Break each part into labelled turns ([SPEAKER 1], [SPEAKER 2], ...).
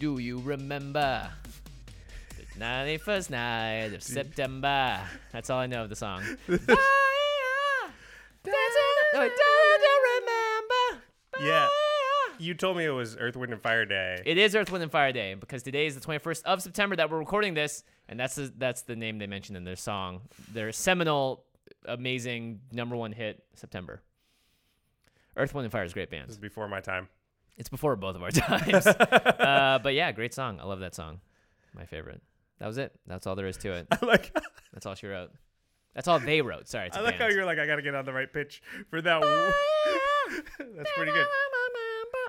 [SPEAKER 1] Do you remember the 91st night of September? That's all I know of the song. Fire, dancing- no, wait, don't you remember?
[SPEAKER 2] Yeah. You told me it was Earth, Wind, and Fire Day.
[SPEAKER 1] It is Earth, Wind, and Fire Day because today is the 21st of September that we're recording this, and that's the, that's the name they mentioned in their song, their seminal, amazing number one hit, September. Earth, Wind, and Fire is a great band.
[SPEAKER 2] this is before my time.
[SPEAKER 1] It's before both of our times. uh, but yeah, great song. I love that song. My favorite. That was it. That's all there is to it.
[SPEAKER 2] I like,
[SPEAKER 1] That's all she wrote. That's all they wrote. Sorry. It's
[SPEAKER 2] I
[SPEAKER 1] a
[SPEAKER 2] like how
[SPEAKER 1] band.
[SPEAKER 2] you're like, I gotta get on the right pitch for that one. That's pretty good.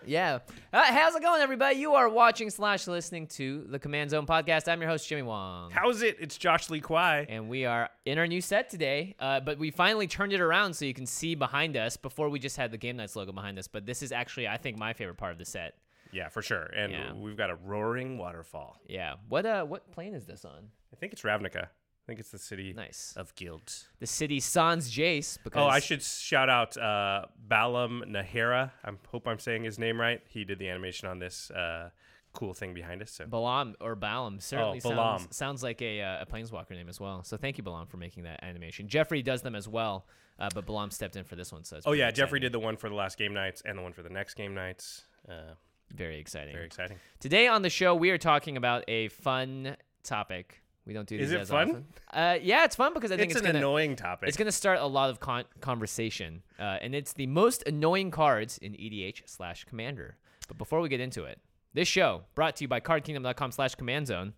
[SPEAKER 1] Yeah. Uh, how's it going, everybody? You are watching slash listening to the Command Zone podcast. I'm your host, Jimmy Wong.
[SPEAKER 2] How's it? It's Josh Lee Kwai.
[SPEAKER 1] and we are in our new set today. Uh, but we finally turned it around so you can see behind us. Before we just had the Game Nights logo behind us. But this is actually, I think, my favorite part of the set.
[SPEAKER 2] Yeah, for sure. And
[SPEAKER 1] Yeah.
[SPEAKER 2] we've got a roaring waterfall.
[SPEAKER 1] Yeah. What uh, what plane is this on?
[SPEAKER 2] I think it's Ravnica. I think it's the city
[SPEAKER 1] Nice.
[SPEAKER 2] of guilds.
[SPEAKER 1] The city sans Jace. Because
[SPEAKER 2] Oh, I should shout out uh, Balam Nahara. I hope I'm saying his name right. He did the animation on this uh, cool thing behind us. So
[SPEAKER 1] Balam or Balam certainly
[SPEAKER 2] Balaam.
[SPEAKER 1] sounds sounds like a, uh, a planeswalker name as well. So thank you, Balam, for making that animation. Jeffrey does them as well, uh, but Balam stepped in for this one. So it's
[SPEAKER 2] Oh
[SPEAKER 1] pretty
[SPEAKER 2] yeah, Jeffrey
[SPEAKER 1] exciting.
[SPEAKER 2] did the one for the last game nights and the one for the next game nights. Uh,
[SPEAKER 1] Very exciting.
[SPEAKER 2] very exciting.
[SPEAKER 1] Today on the show, we are talking about a fun topic. We don't do these
[SPEAKER 2] Is it
[SPEAKER 1] as
[SPEAKER 2] fun?
[SPEAKER 1] often. Uh, yeah, it's fun because I think
[SPEAKER 2] It's,
[SPEAKER 1] it's,
[SPEAKER 2] an
[SPEAKER 1] gonna
[SPEAKER 2] annoying topic.
[SPEAKER 1] it's gonna start a lot of con- conversation, uh, and it's the most annoying cards in EDH slash Commander. But before we get into it, this show brought to you by CardKingdom.com slash Command Zone.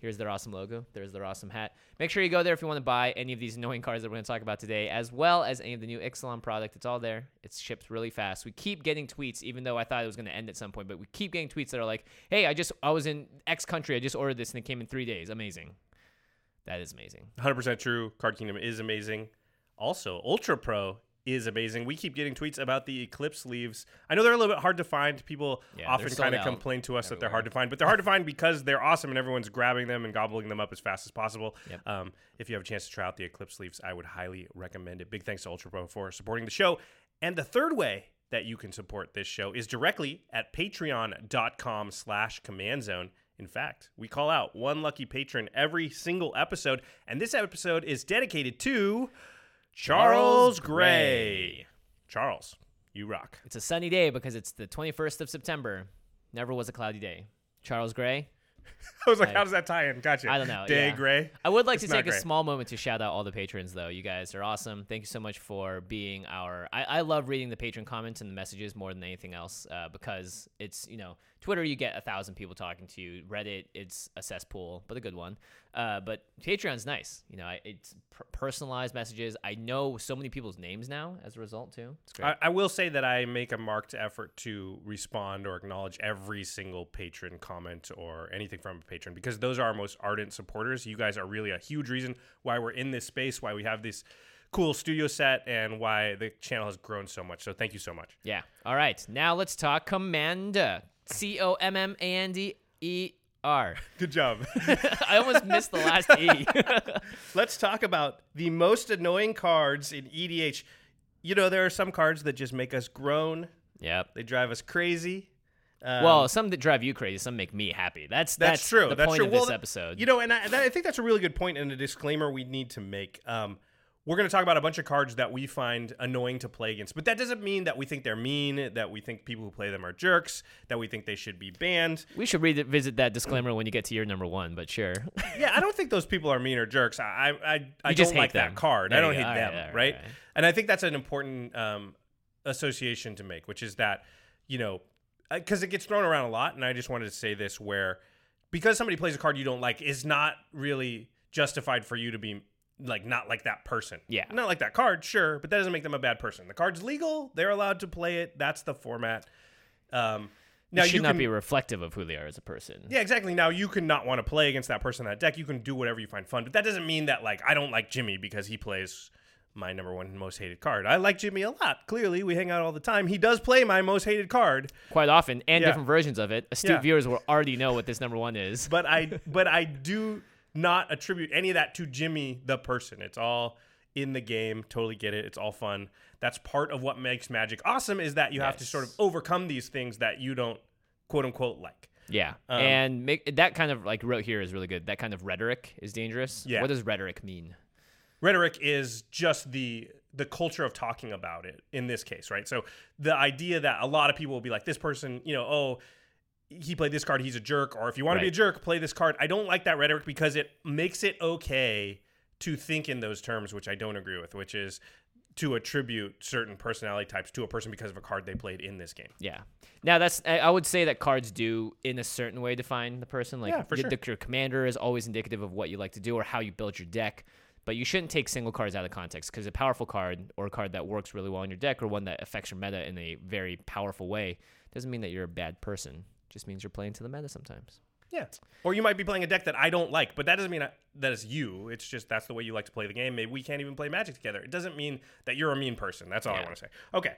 [SPEAKER 1] Here's their awesome logo. There's their awesome hat. Make sure you go there if you want to buy any of these annoying cards that we're going to talk about today, as well as any of the new Ixalan product. It's all there. It's shipped really fast. We keep getting tweets, even though I thought it was going to end at some point, but we keep getting tweets that are like, "Hey, I just I was in X country. I just ordered this and it came in three days. Amazing. That is amazing.
[SPEAKER 2] 100% true. Card Kingdom is amazing. Also, Ultra Pro is amazing. We keep getting tweets about the Eclipse leaves. I know they're a little bit hard to find. People
[SPEAKER 1] Yeah, they're
[SPEAKER 2] often
[SPEAKER 1] sold
[SPEAKER 2] kind of
[SPEAKER 1] out
[SPEAKER 2] complain to us that they're hard to find, but they're hard to find because they're awesome and everyone's grabbing them and gobbling them up as fast as possible.
[SPEAKER 1] Yep.
[SPEAKER 2] Um, if you have a chance to try out the Eclipse leaves, I would highly recommend it. Big thanks to Ultra Pro for supporting the show. And the third way that you can support this show is directly at patreon.com slash command zone. In fact, we call out one lucky patron every single episode, and this episode is dedicated to Charles Gray. Charles, you rock.
[SPEAKER 1] It's a sunny day because it's the 21st of September. Never was a cloudy day. Charles Gray.
[SPEAKER 2] I was like, how does that tie in? Gotcha.
[SPEAKER 1] I don't know.
[SPEAKER 2] Day
[SPEAKER 1] yeah.
[SPEAKER 2] Gray.
[SPEAKER 1] I would like
[SPEAKER 2] It's
[SPEAKER 1] to
[SPEAKER 2] not
[SPEAKER 1] take a
[SPEAKER 2] gray.
[SPEAKER 1] small moment to shout out all the patrons, though. You guys are awesome. Thank you so much for being our. I, I love reading the patron comments and the messages more than anything else uh, because it's you know Twitter you get a thousand people talking to you. Reddit it's a cesspool, but a good one. Uh, but Patreon's nice. You know, I, it's per- personalized messages. I know so many people's names now as a result too. It's great.
[SPEAKER 2] I, I will say that I make a marked effort to respond or acknowledge every single patron comment or anything from a patron because those are our most ardent supporters. You guys are really a huge reason why we're in this space, why we have this cool studio set, and why the channel has grown so much. So thank you so much.
[SPEAKER 1] Yeah. All right. Now let's talk Commander. C O M M A N D E R.
[SPEAKER 2] Good job.
[SPEAKER 1] I almost missed the last E.
[SPEAKER 2] Let's talk about the most annoying cards in EDH. You know, there are some cards that just make us groan.
[SPEAKER 1] yep.
[SPEAKER 2] They drive us crazy. Um,
[SPEAKER 1] well, some that drive you crazy, some make me happy. That's
[SPEAKER 2] that's, true.
[SPEAKER 1] The
[SPEAKER 2] that's
[SPEAKER 1] point
[SPEAKER 2] true.
[SPEAKER 1] of
[SPEAKER 2] Well,
[SPEAKER 1] this
[SPEAKER 2] th-
[SPEAKER 1] episode.
[SPEAKER 2] You know, and I, that, I think that's a really good point and a disclaimer we need to make. Um, we're going to talk about a bunch of cards that we find annoying to play against, but that doesn't mean that we think they're mean, that we think people who play them are jerks, that we think they should be banned.
[SPEAKER 1] we should revisit that disclaimer when you get to your number one. But sure.
[SPEAKER 2] yeah, I don't think those people are mean or jerks. I I I, I
[SPEAKER 1] You
[SPEAKER 2] don't
[SPEAKER 1] just hate
[SPEAKER 2] like
[SPEAKER 1] them.
[SPEAKER 2] that card.
[SPEAKER 1] There
[SPEAKER 2] I don't
[SPEAKER 1] you
[SPEAKER 2] hate
[SPEAKER 1] go. All right,
[SPEAKER 2] them,
[SPEAKER 1] all right,
[SPEAKER 2] right?
[SPEAKER 1] all right.
[SPEAKER 2] And I think that's an important um, association to make, which is that you know because it gets thrown around a lot, and I just wanted to say this where because somebody plays a card you don't like is not really justified for you to be like not like that person.
[SPEAKER 1] Yeah.
[SPEAKER 2] Not like that card, sure, but that doesn't make them a bad person. The card's legal, they're allowed to play it. That's the format. Um now
[SPEAKER 1] it should
[SPEAKER 2] you
[SPEAKER 1] not
[SPEAKER 2] can,
[SPEAKER 1] be reflective of who they are as a person.
[SPEAKER 2] yeah, exactly. Now you can not want to play against that person on that deck. You can do whatever you find fun, but that doesn't mean that like I don't like Jimmy because he plays my number one most hated card. I like Jimmy a lot. Clearly, we hang out all the time. He does play my most hated card,
[SPEAKER 1] Quite often, and
[SPEAKER 2] Yeah.
[SPEAKER 1] different versions of it. Astute
[SPEAKER 2] Yeah.
[SPEAKER 1] viewers will already know what this number one is.
[SPEAKER 2] but I but I do not attribute any of that to Jimmy the person. It's all in the game. Totally get it. It's all fun. That's part of what makes Magic awesome is that you have to
[SPEAKER 1] Yes.
[SPEAKER 2] sort of overcome these things that you don't quote unquote like.
[SPEAKER 1] Yeah,
[SPEAKER 2] Um,
[SPEAKER 1] and make, that kind of like wrote here is really good. That kind of rhetoric is dangerous.
[SPEAKER 2] Yeah.
[SPEAKER 1] What does rhetoric mean?
[SPEAKER 2] rhetoric is just the the culture of talking about it in this case right so the idea that a lot of people will be like this person you know oh he played this card he's a jerk or if you want to be a
[SPEAKER 1] Right.
[SPEAKER 2] jerk play this card i don't like that rhetoric because it makes it okay to think in those terms which i don't agree with which is to attribute certain personality types to a person because of a card they played in this game
[SPEAKER 1] Yeah. Now that's I I would say that cards do in a certain way define the person. Like
[SPEAKER 2] Yeah, for
[SPEAKER 1] your,
[SPEAKER 2] sure.
[SPEAKER 1] the- your commander is always indicative of what you like to do or how you build your deck. But you shouldn't take single cards out of context because a powerful card or a card that works really well in your deck or one that affects your meta in a very powerful way doesn't mean that you're a bad person. just means you're playing to the meta sometimes.
[SPEAKER 2] yeah or you might be playing a deck that i don't like but that doesn't mean I, that it's you it's just that's the way you like to play the game maybe we can't even play magic together it doesn't mean that you're a mean person that's all i
[SPEAKER 1] Yeah.
[SPEAKER 2] want to say okay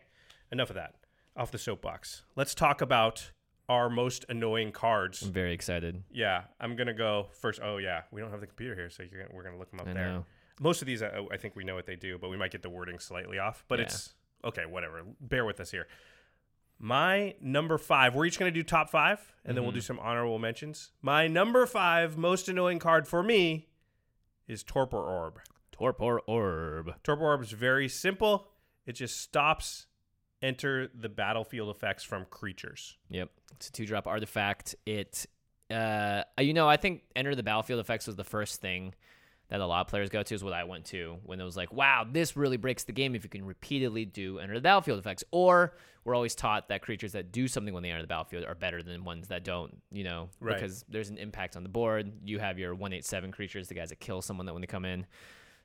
[SPEAKER 2] enough of that off the soapbox let's talk about our most annoying cards
[SPEAKER 1] I'm very excited.
[SPEAKER 2] yeah i'm gonna go first oh yeah we don't have the computer here so you're gonna, we're gonna look them up
[SPEAKER 1] I
[SPEAKER 2] there
[SPEAKER 1] know.
[SPEAKER 2] most of these I, I think we know what they do but we might get the wording slightly off but
[SPEAKER 1] Yeah.
[SPEAKER 2] it's okay whatever bear with us here my number five. We're each going to do top five, and then we'll
[SPEAKER 1] Mm-hmm.
[SPEAKER 2] do some honorable mentions. My number five most annoying card for me is Torpor Orb.
[SPEAKER 1] Torpor orb.
[SPEAKER 2] Torpor Orb is very simple. It just stops enter the battlefield effects from creatures.
[SPEAKER 1] Yep. It's a two drop artifact. It, uh, you know, I think Enter the Battlefield effects was the first thing that a lot of players go to, is what I went to when it was like, wow, this really breaks the game if you can repeatedly do Enter the Battlefield effects. Or we're always taught that creatures that do something when they enter the battlefield are better than ones that don't, you know,
[SPEAKER 2] Right.
[SPEAKER 1] because there's an impact on the board. You have your 187 creatures, the guys that kill someone that when they come in.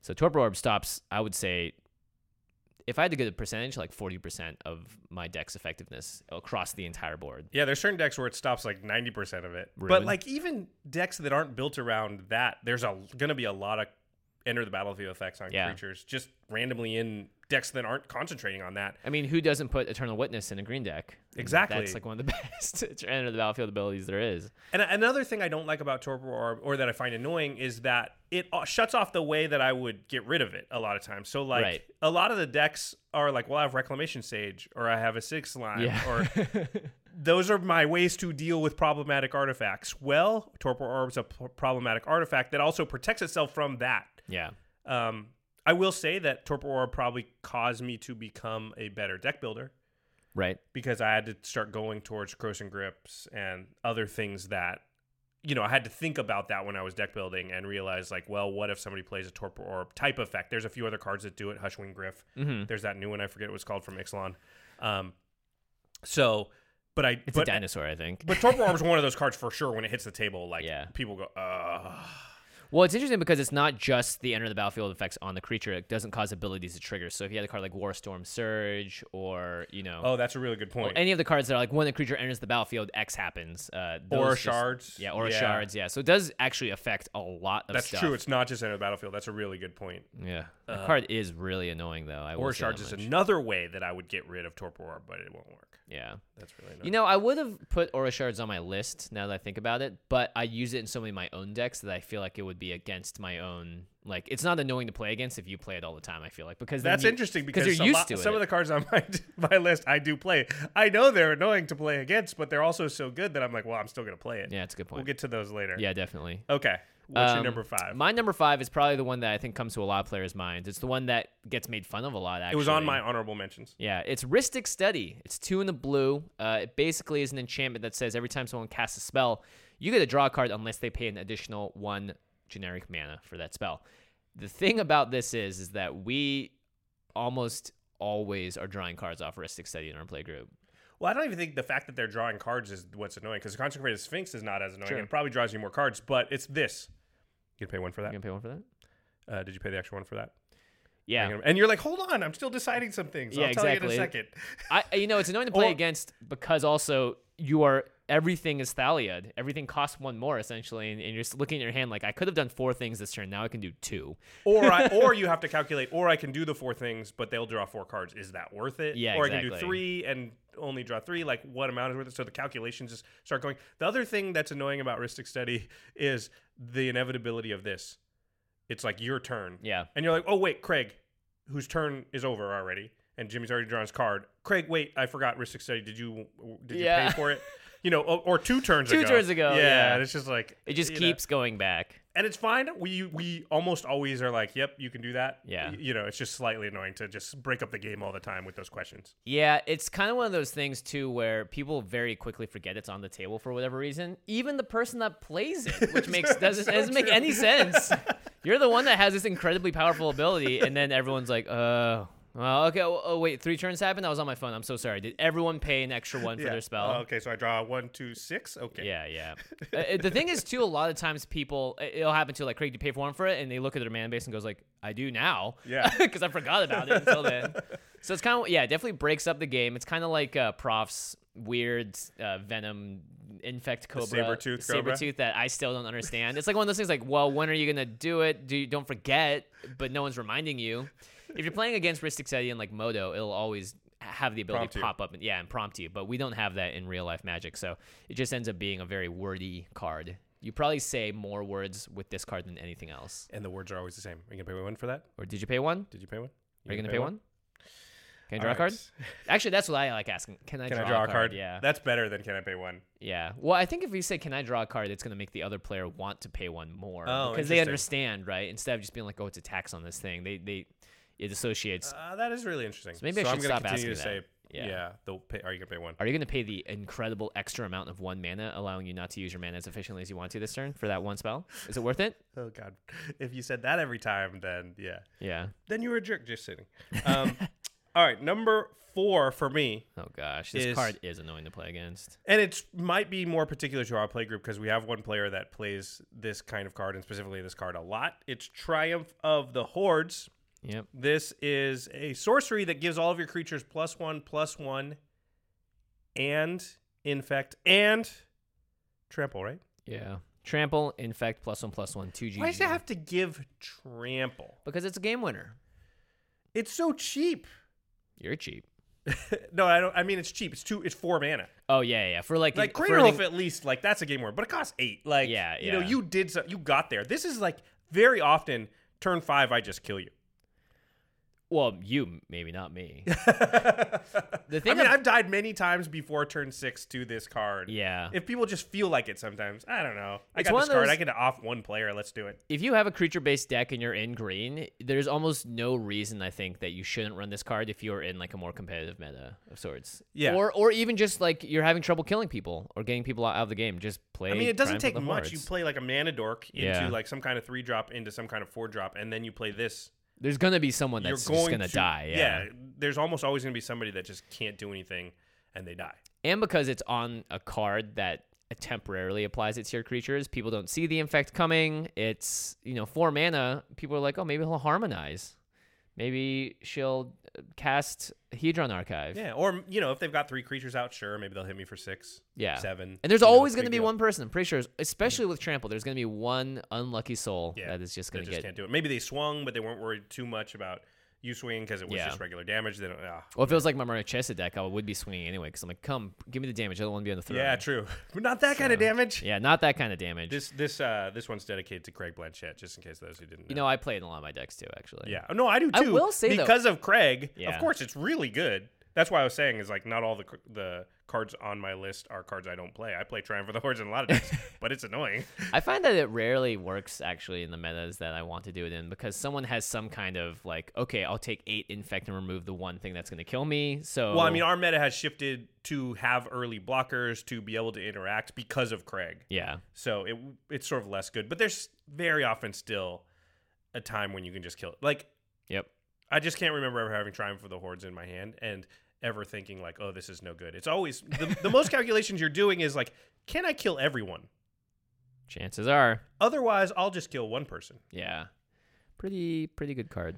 [SPEAKER 1] So Torpor Orb stops, I would say, if I had to get a percentage, like 40% of my deck's effectiveness across the entire board.
[SPEAKER 2] Yeah, there's certain decks where it stops like 90% of it. But
[SPEAKER 1] Rude.
[SPEAKER 2] like even decks that aren't built around that, there's a going to be a lot of enter the battlefield effects on
[SPEAKER 1] Yeah.
[SPEAKER 2] creatures just randomly in decks that aren't concentrating on that.
[SPEAKER 1] I mean, who doesn't put Eternal Witness in a green deck? I mean,
[SPEAKER 2] Exactly.
[SPEAKER 1] That's like one of the best end of the battlefield abilities there is.
[SPEAKER 2] And a- another thing I don't like about Torpor Orb, or that I find annoying, is that it uh, shuts off the way that I would get rid of it a lot of times. So, like,
[SPEAKER 1] Right.
[SPEAKER 2] a lot of the decks are like, well, I have Reclamation Sage, or I have a Six Line, or those are my ways to deal with problematic artifacts. Well, Torpor Orb's a p- problematic artifact that also protects itself from that.
[SPEAKER 1] yeah.
[SPEAKER 2] Um, I will say that Torpor Orb probably caused me to become a better deck builder
[SPEAKER 1] Right.
[SPEAKER 2] because I had to start going towards crows and grips and other things that you know I had to think about that when I was deck building and realize like, well, what if somebody plays a torpor orb type effect? There's a few other cards that do it. Hushwing Griff.
[SPEAKER 1] Mhm.
[SPEAKER 2] There's that new one I forget what it's called from Ixalan. Um, so, but I
[SPEAKER 1] It's
[SPEAKER 2] but,
[SPEAKER 1] a dinosaur, I think.
[SPEAKER 2] but torpor orb is one of those cards for sure. When it hits the table, like
[SPEAKER 1] Yeah.
[SPEAKER 2] people go, uh
[SPEAKER 1] Well, it's interesting because it's not just the enter the battlefield effects on the creature. It doesn't cause abilities to trigger. So if you had a card like Warstorm Surge or, you know,
[SPEAKER 2] oh, that's a really good point.
[SPEAKER 1] any of the cards that are like when the creature enters the battlefield, X happens. Uh, those
[SPEAKER 2] Aura
[SPEAKER 1] just-
[SPEAKER 2] shards.
[SPEAKER 1] Yeah, aura
[SPEAKER 2] Yeah.
[SPEAKER 1] shards. Yeah. So it does actually affect a lot of
[SPEAKER 2] that's
[SPEAKER 1] stuff.
[SPEAKER 2] true. It's not just enter the battlefield. That's a really good point.
[SPEAKER 1] yeah. The card is really annoying, though. I will
[SPEAKER 2] Aura
[SPEAKER 1] say that
[SPEAKER 2] Shards is
[SPEAKER 1] much.
[SPEAKER 2] another way that I would get rid of Torpor Orb, but it won't work.
[SPEAKER 1] Yeah.
[SPEAKER 2] That's really annoying.
[SPEAKER 1] You know, I would have put Aura Shards on my list now that I think about it, but I use it in so many of my own decks that I feel like it would be against my own. Like, it's not annoying to play against if you play it all the time, I feel like. because then
[SPEAKER 2] That's
[SPEAKER 1] you-
[SPEAKER 2] interesting because
[SPEAKER 1] you're
[SPEAKER 2] a
[SPEAKER 1] used
[SPEAKER 2] lot-
[SPEAKER 1] to
[SPEAKER 2] some
[SPEAKER 1] it.
[SPEAKER 2] of the cards on my my list I do play. I know they're annoying to play against, but they're also so good that I'm like, well, I'm still gonna play it.
[SPEAKER 1] yeah, that's a good
[SPEAKER 2] we'll
[SPEAKER 1] point.
[SPEAKER 2] get to those later.
[SPEAKER 1] yeah, definitely.
[SPEAKER 2] Okay. What's
[SPEAKER 1] Um,
[SPEAKER 2] your number five?
[SPEAKER 1] My number five is probably the one that I think comes to a lot of players' minds. It's the one that gets made fun of a lot, actually.
[SPEAKER 2] it was on my honorable mentions.
[SPEAKER 1] Yeah, it's Ristic Study. It's two in the blue. Uh, it basically is an enchantment that says every time someone casts a spell, you get to draw a card unless they pay an additional one generic mana for that spell. The thing about this is, is that we almost always are drawing cards off Ristic Study in our play group.
[SPEAKER 2] Well, I don't even think the fact that they're drawing cards is what's annoying because Consecrated Sphinx is not as annoying.
[SPEAKER 1] Sure.
[SPEAKER 2] It probably draws you more cards, but it's this. You gonna pay one for
[SPEAKER 1] You
[SPEAKER 2] that?
[SPEAKER 1] gonna pay one for that?
[SPEAKER 2] Uh, did you pay the extra one for that?
[SPEAKER 1] Yeah,
[SPEAKER 2] And you're like, hold on, I'm still deciding some things.
[SPEAKER 1] Yeah,
[SPEAKER 2] I'll tell
[SPEAKER 1] exactly.
[SPEAKER 2] you in a second.
[SPEAKER 1] I I- you know it's annoying to play
[SPEAKER 2] Or-
[SPEAKER 1] against because also you are everything is Thaliad. Everything costs one more essentially, and, and you're just looking at your hand like I could have done four things this turn. Now I can do two.
[SPEAKER 2] or I, or you have to calculate, or I can do the four things, but they'll draw four cards. Is that worth it?
[SPEAKER 1] Yeah,
[SPEAKER 2] Or I can do
[SPEAKER 1] exactly.
[SPEAKER 2] three and only draw three. Like what amount is worth it? So the calculations just start going. The other thing that's annoying about Ristic Study is the inevitability of this. It's like your turn.
[SPEAKER 1] Yeah.
[SPEAKER 2] And you're like, oh wait, Craig, whose turn is over already, and Jimmy's already drawn his card. Craig, wait, I forgot Ristic Study. Did you did you
[SPEAKER 1] Yeah.
[SPEAKER 2] pay for it? You know, or, or two turns
[SPEAKER 1] Two
[SPEAKER 2] ago.
[SPEAKER 1] turns ago,
[SPEAKER 2] Yeah,
[SPEAKER 1] yeah.
[SPEAKER 2] And it's just like
[SPEAKER 1] It just
[SPEAKER 2] you know
[SPEAKER 1] keeps going back.
[SPEAKER 2] and it's fine. We we almost always are like, "Yep, you can do that."
[SPEAKER 1] Yeah.
[SPEAKER 2] Y- you know, it's just slightly annoying to just break up the game all the time with those questions.
[SPEAKER 1] Yeah, it's kind of one of those things too where people very quickly forget it's on the table for whatever reason. Even the person that plays it, which makes doesn't, doesn't make any sense. You're the one that has this incredibly powerful ability, and then everyone's like, "Oh, well, okay. Oh, oh, wait, three turns happened. I was on my phone. I'm so sorry. Did everyone pay an extra one for
[SPEAKER 2] Yeah.
[SPEAKER 1] their spell?"
[SPEAKER 2] Oh, okay, so I draw one, two, six. Okay.
[SPEAKER 1] Yeah, yeah. Uh, uh, the thing is, too, a lot of times people, it- it'll happen to like, Craig, do you pay for one for it? And they look at their man base and goes like, I do now.
[SPEAKER 2] Yeah.
[SPEAKER 1] Because I forgot about it until then. So it's kind of, yeah, it definitely breaks up the game. It's kind of like uh, Prof's weird uh, Venom infect cobra.
[SPEAKER 2] saber-tooth cobra?
[SPEAKER 1] Saber-tooth that I still don't understand. It's like one of those things like, well, when are you going to do it? Do you, don't forget, but no one's reminding you. If you're playing against Ristic Seti and like Modo, it'll always have the ability
[SPEAKER 2] Prompt
[SPEAKER 1] to
[SPEAKER 2] you.
[SPEAKER 1] pop up and yeah, and prompt you. But we don't have that in real life magic, so it just ends up being a very wordy card. You probably say more words with this card than anything else.
[SPEAKER 2] And the words are always the same. Are you gonna pay one for that?
[SPEAKER 1] Or did you pay one?
[SPEAKER 2] Did you pay one?
[SPEAKER 1] Are you gonna pay one? Can I draw a
[SPEAKER 2] All
[SPEAKER 1] card?
[SPEAKER 2] right.
[SPEAKER 1] Actually, that's what I like asking. Can I,
[SPEAKER 2] Can
[SPEAKER 1] draw,
[SPEAKER 2] I draw a card?
[SPEAKER 1] Yeah,
[SPEAKER 2] That's better than can I pay one.
[SPEAKER 1] yeah. Well, I think if we say "Can I draw a card," it's gonna make the other player want to pay one more
[SPEAKER 2] Oh,
[SPEAKER 1] because they
[SPEAKER 2] interesting.
[SPEAKER 1] understand, right? Instead of just being like, "Oh, it's a tax on this thing," they they it associates.
[SPEAKER 2] Uh, that is really interesting.
[SPEAKER 1] maybe I
[SPEAKER 2] so
[SPEAKER 1] should
[SPEAKER 2] am gonna
[SPEAKER 1] stop
[SPEAKER 2] continue to
[SPEAKER 1] asking
[SPEAKER 2] say,
[SPEAKER 1] that. Yeah.
[SPEAKER 2] yeah. the pay, are you gonna pay one?
[SPEAKER 1] Are you going to pay the incredible extra amount of one mana, allowing you not to use your mana as efficiently as you want to this turn for that one spell? Is it worth it?
[SPEAKER 2] Oh God! If you said that every time, then yeah,
[SPEAKER 1] Yeah.
[SPEAKER 2] then you were a jerk. Just sitting. Um, all right, number four for me
[SPEAKER 1] Oh gosh, this
[SPEAKER 2] Is-
[SPEAKER 1] card is annoying to play against.
[SPEAKER 2] And it might be more particular to our playgroup because we have one player that plays this kind of card and specifically this card a lot. It's Triumph of the Hordes.
[SPEAKER 1] Yep.
[SPEAKER 2] This is a sorcery that gives all of your creatures plus one, plus one, and infect and trample, right?
[SPEAKER 1] Yeah. Trample, infect, plus one, plus one, two G.
[SPEAKER 2] Why does it have to give trample?
[SPEAKER 1] Because it's a game winner.
[SPEAKER 2] It's so cheap.
[SPEAKER 1] You're cheap.
[SPEAKER 2] no, I don't. I mean, it's cheap. It's two. It's four mana.
[SPEAKER 1] Oh yeah, yeah, yeah. For like
[SPEAKER 2] like
[SPEAKER 1] for
[SPEAKER 2] Crater Wolf
[SPEAKER 1] anything-
[SPEAKER 2] at least like that's a game word, but it costs eight. Like
[SPEAKER 1] Yeah,
[SPEAKER 2] you know,
[SPEAKER 1] yeah.
[SPEAKER 2] you did so, you got there. This is like very often turn five, I just kill you.
[SPEAKER 1] Well, you maybe not me. the
[SPEAKER 2] I
[SPEAKER 1] thing.
[SPEAKER 2] mean,
[SPEAKER 1] ab-
[SPEAKER 2] I've died many times before turn six to this card.
[SPEAKER 1] yeah.
[SPEAKER 2] If people just feel like it sometimes, I don't know. I
[SPEAKER 1] It's
[SPEAKER 2] got
[SPEAKER 1] one
[SPEAKER 2] this
[SPEAKER 1] of
[SPEAKER 2] card.
[SPEAKER 1] those-
[SPEAKER 2] I get to off one player. Let's do it.
[SPEAKER 1] if you have a creature based deck and you're in green, there's almost no reason I think that you shouldn't run this card if you're in like a more competitive meta of sorts.
[SPEAKER 2] Yeah.
[SPEAKER 1] Or or even just like you're having trouble killing people or getting people out of the game. Just play.
[SPEAKER 2] I mean, it doesn't
[SPEAKER 1] Triumph of
[SPEAKER 2] take
[SPEAKER 1] the
[SPEAKER 2] much. You
[SPEAKER 1] Hordes.
[SPEAKER 2] play like a mana dork into
[SPEAKER 1] Yeah.
[SPEAKER 2] like some kind of three drop into some kind of four drop, and then you play this.
[SPEAKER 1] There's gonna be someone that's
[SPEAKER 2] You're
[SPEAKER 1] just
[SPEAKER 2] going
[SPEAKER 1] gonna
[SPEAKER 2] to-
[SPEAKER 1] die. Yeah.
[SPEAKER 2] There's almost always going to be somebody that just can't do anything, and they die.
[SPEAKER 1] And because it's on a card that temporarily applies it to your creatures, people don't see the infect coming. It's you know four mana. People are like, oh, maybe he'll harmonize. Maybe she'll uh, cast Hedron Archive.
[SPEAKER 2] Yeah, or you know, if they've got three creatures out, sure, maybe they'll hit me for six,
[SPEAKER 1] Yeah.
[SPEAKER 2] seven.
[SPEAKER 1] And there's
[SPEAKER 2] you know,
[SPEAKER 1] always
[SPEAKER 2] it's a
[SPEAKER 1] going to be
[SPEAKER 2] big deal.
[SPEAKER 1] one person, I'm pretty sure, especially with Trample, there's going to be one unlucky soul
[SPEAKER 2] Yeah,
[SPEAKER 1] that is just
[SPEAKER 2] They
[SPEAKER 1] going to
[SPEAKER 2] just
[SPEAKER 1] get.
[SPEAKER 2] can't do it. Maybe they swung, but they weren't worried too much about you swinging because it was
[SPEAKER 1] Yeah.
[SPEAKER 2] just regular damage. They don't. ah.
[SPEAKER 1] Well, if it was like my Mario Chesed deck, I would be swinging anyway because I'm like, come, give me the damage. I don't want to be on the throne.
[SPEAKER 2] yeah, true, but not that kind of damage.
[SPEAKER 1] Yeah, not that kind of damage.
[SPEAKER 2] This this uh this one's dedicated to Craig Blanchett, just in case those who didn't.
[SPEAKER 1] you know, I play it in a lot of my decks too, actually.
[SPEAKER 2] Yeah. No, I do
[SPEAKER 1] I
[SPEAKER 2] too.
[SPEAKER 1] will say, though-
[SPEAKER 2] because of Craig,
[SPEAKER 1] Yeah.
[SPEAKER 2] of course, it's really good. That's why I was saying is like not all the c- the cards on my list are cards I don't play. I play Triumph of the Hordes in a lot of decks, but it's annoying.
[SPEAKER 1] I find that it rarely works actually in the metas that I want to do it in because someone has some kind of like, okay, I'll take eight infect and remove the one thing that's going to kill me. So
[SPEAKER 2] Well, I mean, our meta has shifted to have early blockers to be able to interact because of Craig.
[SPEAKER 1] yeah,
[SPEAKER 2] So it it's sort of less good, but there's very often still a time when you can just kill it. Like
[SPEAKER 1] yep,
[SPEAKER 2] I just can't remember ever having Triumph of the Hordes in my hand and ever thinking like, oh, this is no good. It's always the, the most calculations you're doing is like, can I kill everyone?
[SPEAKER 1] chances are,
[SPEAKER 2] Otherwise, I'll just kill one person.
[SPEAKER 1] yeah, pretty pretty good card.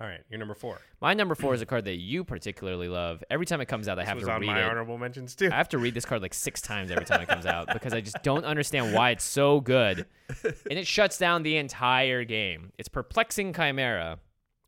[SPEAKER 2] All right, you're number four.
[SPEAKER 1] My number four is a card that you particularly love. Every time it comes out, I
[SPEAKER 2] This
[SPEAKER 1] have
[SPEAKER 2] was
[SPEAKER 1] to
[SPEAKER 2] on
[SPEAKER 1] read
[SPEAKER 2] my
[SPEAKER 1] it.
[SPEAKER 2] honorable mentions too.
[SPEAKER 1] I have to read this card like six times every time it comes out because I just don't understand why it's so good. And it shuts down the entire game. It's Perplexing Chimera.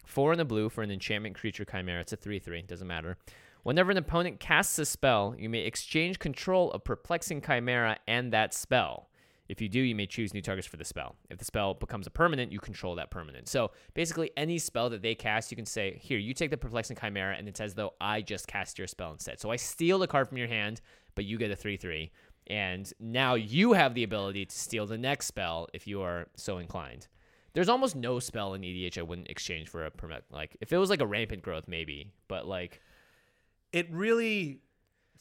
[SPEAKER 1] Four in the blue for an enchantment creature chimera. It's a 3 3. Doesn't matter. Whenever an opponent casts a spell, you may exchange control of Perplexing Chimera and that spell. If you do, you may choose new targets for the spell. If the spell becomes a permanent, you control that permanent. So basically, any spell that they cast, you can say, Here, you take the Perplexing Chimera, and it's as though I just cast your spell instead. So I steal a card from your hand, but you get a 3 3. And now you have the ability to steal the next spell if you are so inclined. There's almost no spell in EDH I wouldn't exchange for a permit. Like, if it was like a rampant growth, maybe, but like,
[SPEAKER 2] it really,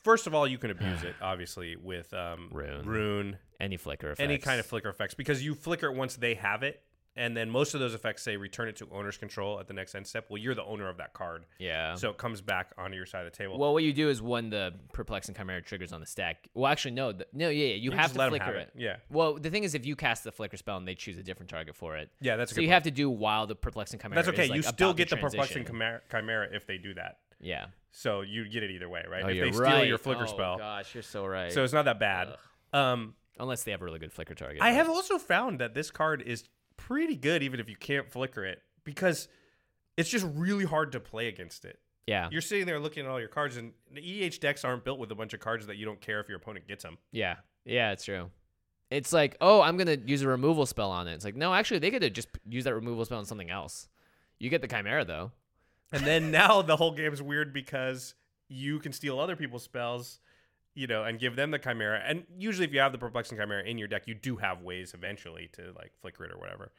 [SPEAKER 2] first of all, you can abuse it obviously with um,
[SPEAKER 1] Rune.
[SPEAKER 2] rune,
[SPEAKER 1] any flicker effects.
[SPEAKER 2] any kind of flicker effects because you flicker it once they have it, and then most of those effects say return it to owner's control at the next end step. Well, you're the owner of that card,
[SPEAKER 1] Yeah.
[SPEAKER 2] so it comes back onto your side of the table.
[SPEAKER 1] Well, what you do is when the perplexing chimera triggers on the stack. Well, actually, no, the, no, yeah, yeah you,
[SPEAKER 2] You
[SPEAKER 1] have
[SPEAKER 2] just
[SPEAKER 1] to
[SPEAKER 2] let 'em
[SPEAKER 1] flicker
[SPEAKER 2] have
[SPEAKER 1] it.
[SPEAKER 2] it, yeah.
[SPEAKER 1] Well, the thing is, if you cast the flicker spell and they choose a different target for it,
[SPEAKER 2] Yeah, that's a
[SPEAKER 1] so
[SPEAKER 2] good
[SPEAKER 1] you
[SPEAKER 2] point.
[SPEAKER 1] have to do while the perplexing chimera.
[SPEAKER 2] That's
[SPEAKER 1] is,
[SPEAKER 2] okay.
[SPEAKER 1] like,
[SPEAKER 2] you
[SPEAKER 1] about
[SPEAKER 2] still
[SPEAKER 1] to
[SPEAKER 2] get the
[SPEAKER 1] transition.
[SPEAKER 2] perplexing chimera, chimera if they do that.
[SPEAKER 1] Yeah.
[SPEAKER 2] So you get it either way, right?
[SPEAKER 1] Oh,
[SPEAKER 2] if
[SPEAKER 1] you're
[SPEAKER 2] they steal
[SPEAKER 1] right.
[SPEAKER 2] your flicker
[SPEAKER 1] oh,
[SPEAKER 2] spell.
[SPEAKER 1] Gosh, you're so right.
[SPEAKER 2] So it's not that bad. Um,
[SPEAKER 1] unless they have a really good flicker target,
[SPEAKER 2] I
[SPEAKER 1] but-
[SPEAKER 2] have also found that this card is pretty good even if you can't flicker it because it's just really hard to play against it.
[SPEAKER 1] Yeah.
[SPEAKER 2] You're sitting there looking at all your cards, and the EDH decks aren't built with a bunch of cards that you don't care if your opponent gets them.
[SPEAKER 1] Yeah. Yeah, it's true. It's like, oh, I'm gonna use a removal spell on it. It's like, no, actually, they could have just p- used that removal spell on something else. You get the chimera though.
[SPEAKER 2] And then now the whole game's weird because you can steal other people's spells, you know, and give them the chimera. And usually, if you have the perplexing chimera in your deck, you do have ways eventually to like flicker it or whatever.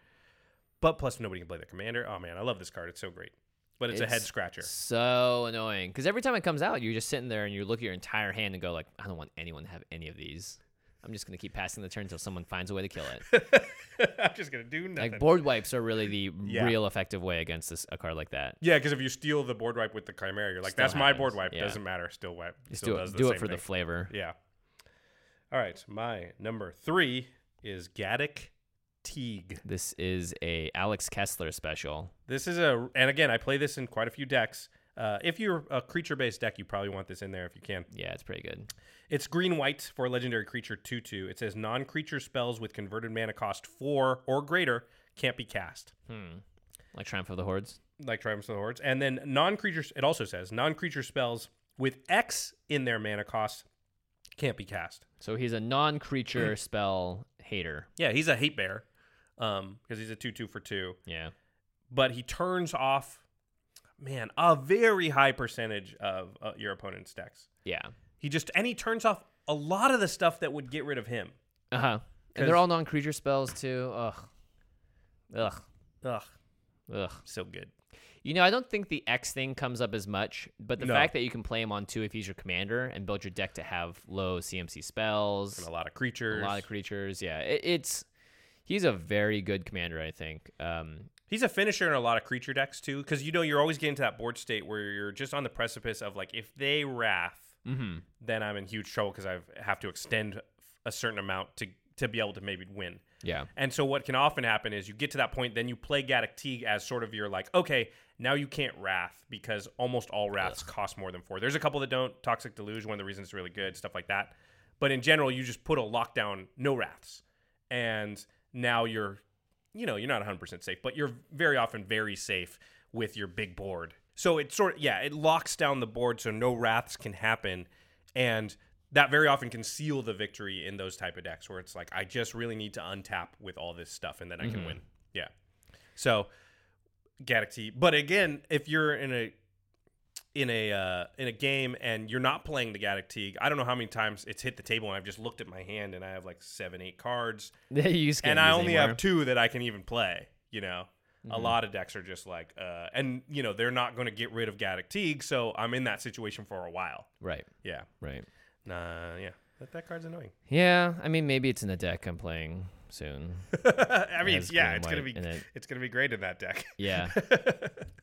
[SPEAKER 2] But plus, nobody can play the commander. Oh man, I love this card. It's so great. But it's, a head scratcher.
[SPEAKER 1] So annoying. Because every time it comes out, you're just sitting there and you look at your entire hand and go like, I don't want anyone to have any of these. I'm just gonna keep passing the turn until someone finds a way to kill it.
[SPEAKER 2] I'm just gonna do nothing.
[SPEAKER 1] like board wipes are really the
[SPEAKER 2] Yeah.
[SPEAKER 1] real effective way against this, a card like that.
[SPEAKER 2] yeah, because if you steal the board wipe with the chimera, you're like,
[SPEAKER 1] Still
[SPEAKER 2] that's my board
[SPEAKER 1] happens,
[SPEAKER 2] wipe.
[SPEAKER 1] yeah.
[SPEAKER 2] Doesn't matter. Still wipe.
[SPEAKER 1] Just
[SPEAKER 2] still
[SPEAKER 1] do
[SPEAKER 2] does
[SPEAKER 1] it.
[SPEAKER 2] the
[SPEAKER 1] Do it
[SPEAKER 2] same
[SPEAKER 1] for the
[SPEAKER 2] thing.
[SPEAKER 1] flavor.
[SPEAKER 2] Yeah. All right, my number three is Gaddick Teague.
[SPEAKER 1] This is a Alex Kessler special.
[SPEAKER 2] This is a, and again, I play this in quite a few decks. Uh, if you're a creature based deck, you probably want this in there if you can.
[SPEAKER 1] Yeah, it's pretty good.
[SPEAKER 2] It's green white for a legendary creature 2 2. It says non creature spells with converted mana cost 4 or greater can't be cast,
[SPEAKER 1] Like Triumph of the Hordes.
[SPEAKER 2] like Triumphs of the Hordes. And then non creature, it also says non creature spells with X in their mana cost can't be cast.
[SPEAKER 1] So he's a non-creature spell hater.
[SPEAKER 2] Yeah, he's a hate bear because he's a 2 2 for 2.
[SPEAKER 1] Yeah.
[SPEAKER 2] but he turns off man a very high percentage of uh, your opponent's decks
[SPEAKER 1] Yeah.
[SPEAKER 2] he just and he turns off a lot of the stuff that would get rid of him
[SPEAKER 1] Uh huh. And
[SPEAKER 2] 'Cause-
[SPEAKER 1] they're all non-creature spells too. Ugh. Ugh.
[SPEAKER 2] ugh
[SPEAKER 1] Ugh.
[SPEAKER 2] so good
[SPEAKER 1] You know, I don't think the X thing comes up as much, but the
[SPEAKER 2] No.
[SPEAKER 1] fact that you can play him on two if he's your commander and build your deck to have low CMC spells,
[SPEAKER 2] and a lot of creatures
[SPEAKER 1] a lot of creatures. Yeah, it, it's he's a very good commander. I think. Um,
[SPEAKER 2] he's a finisher in a lot of creature decks too because you know you're always getting to that board state where you're just on the precipice of like if they
[SPEAKER 1] Mm-hmm.
[SPEAKER 2] wrath then i'm in huge trouble because i have to extend a certain amount to to be able to maybe win.
[SPEAKER 1] Yeah.
[SPEAKER 2] And so what can often happen is you get to that point, then you play Gaddock Teague as sort of your like, okay, now you can't Wrath because almost all Wraths cost more than four. There's a couple that don't. Toxic Deluge, one of the reasons it's really good, stuff like that. But in general, you just put a lockdown, no Wraths. And now you're, you know, you're not 100% safe, but you're very often very safe with your big board. So it sort of, yeah, it locks down the board so no Wraths can happen. And that very often can seal the victory in those type of decks where it's like I just really need to untap with all this stuff and then I can win. Yeah. So Gaddock T. But again, if you're in a in a uh, in a game and you're not playing the Gaddock Teague, I don't know how many times it's hit the table and I've just looked at my hand and I have like seven, eight cards
[SPEAKER 1] you just can't
[SPEAKER 2] and I
[SPEAKER 1] use
[SPEAKER 2] only
[SPEAKER 1] anymore. Mm-hmm.
[SPEAKER 2] have two that I can even play. You know, a lot of decks are just like, uh, and you know they're not going to get rid of Gaddock Teague, so I'm in that situation for a while.
[SPEAKER 1] Right.
[SPEAKER 2] Yeah,
[SPEAKER 1] Right.
[SPEAKER 2] nah, yeah, that, that card's annoying.
[SPEAKER 1] Yeah. I mean, maybe it's in the deck I'm playing soon.
[SPEAKER 2] I mean,
[SPEAKER 1] has
[SPEAKER 2] yeah,
[SPEAKER 1] green
[SPEAKER 2] it's
[SPEAKER 1] white
[SPEAKER 2] gonna be
[SPEAKER 1] in it.
[SPEAKER 2] it's gonna be great in that deck.
[SPEAKER 1] Yeah.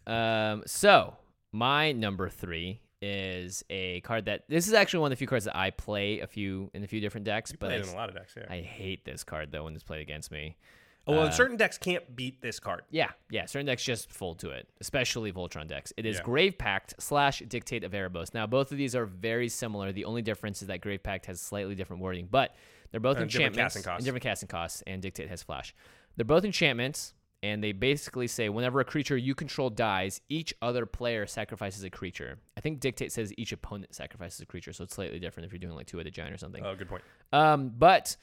[SPEAKER 1] um, so my number three is a card that this is actually one of the few cards that I play a few in a few different decks, but
[SPEAKER 2] Played
[SPEAKER 1] I-
[SPEAKER 2] in a lot of decks. Yeah.
[SPEAKER 1] I hate this card though when it's played against me.
[SPEAKER 2] oh,
[SPEAKER 1] uh,
[SPEAKER 2] well, certain decks can't beat this card.
[SPEAKER 1] Yeah, yeah. Certain decks just fold to it, especially Voltron decks. It is
[SPEAKER 2] Yeah.
[SPEAKER 1] Grave Pact slash Dictate of Erebos. Now, both of these are very similar. The only difference is that Grave Pact has slightly different wording, but they're both
[SPEAKER 2] And different
[SPEAKER 1] enchantments
[SPEAKER 2] casting costs.
[SPEAKER 1] and different casting costs, and Dictate has Flash. They're both enchantments, and they basically say whenever a creature you control dies, each other player sacrifices a creature. I think Dictate says each opponent sacrifices a creature, so it's slightly different if you're doing like two-headed giant or something.
[SPEAKER 2] Oh, good point.
[SPEAKER 1] Um, but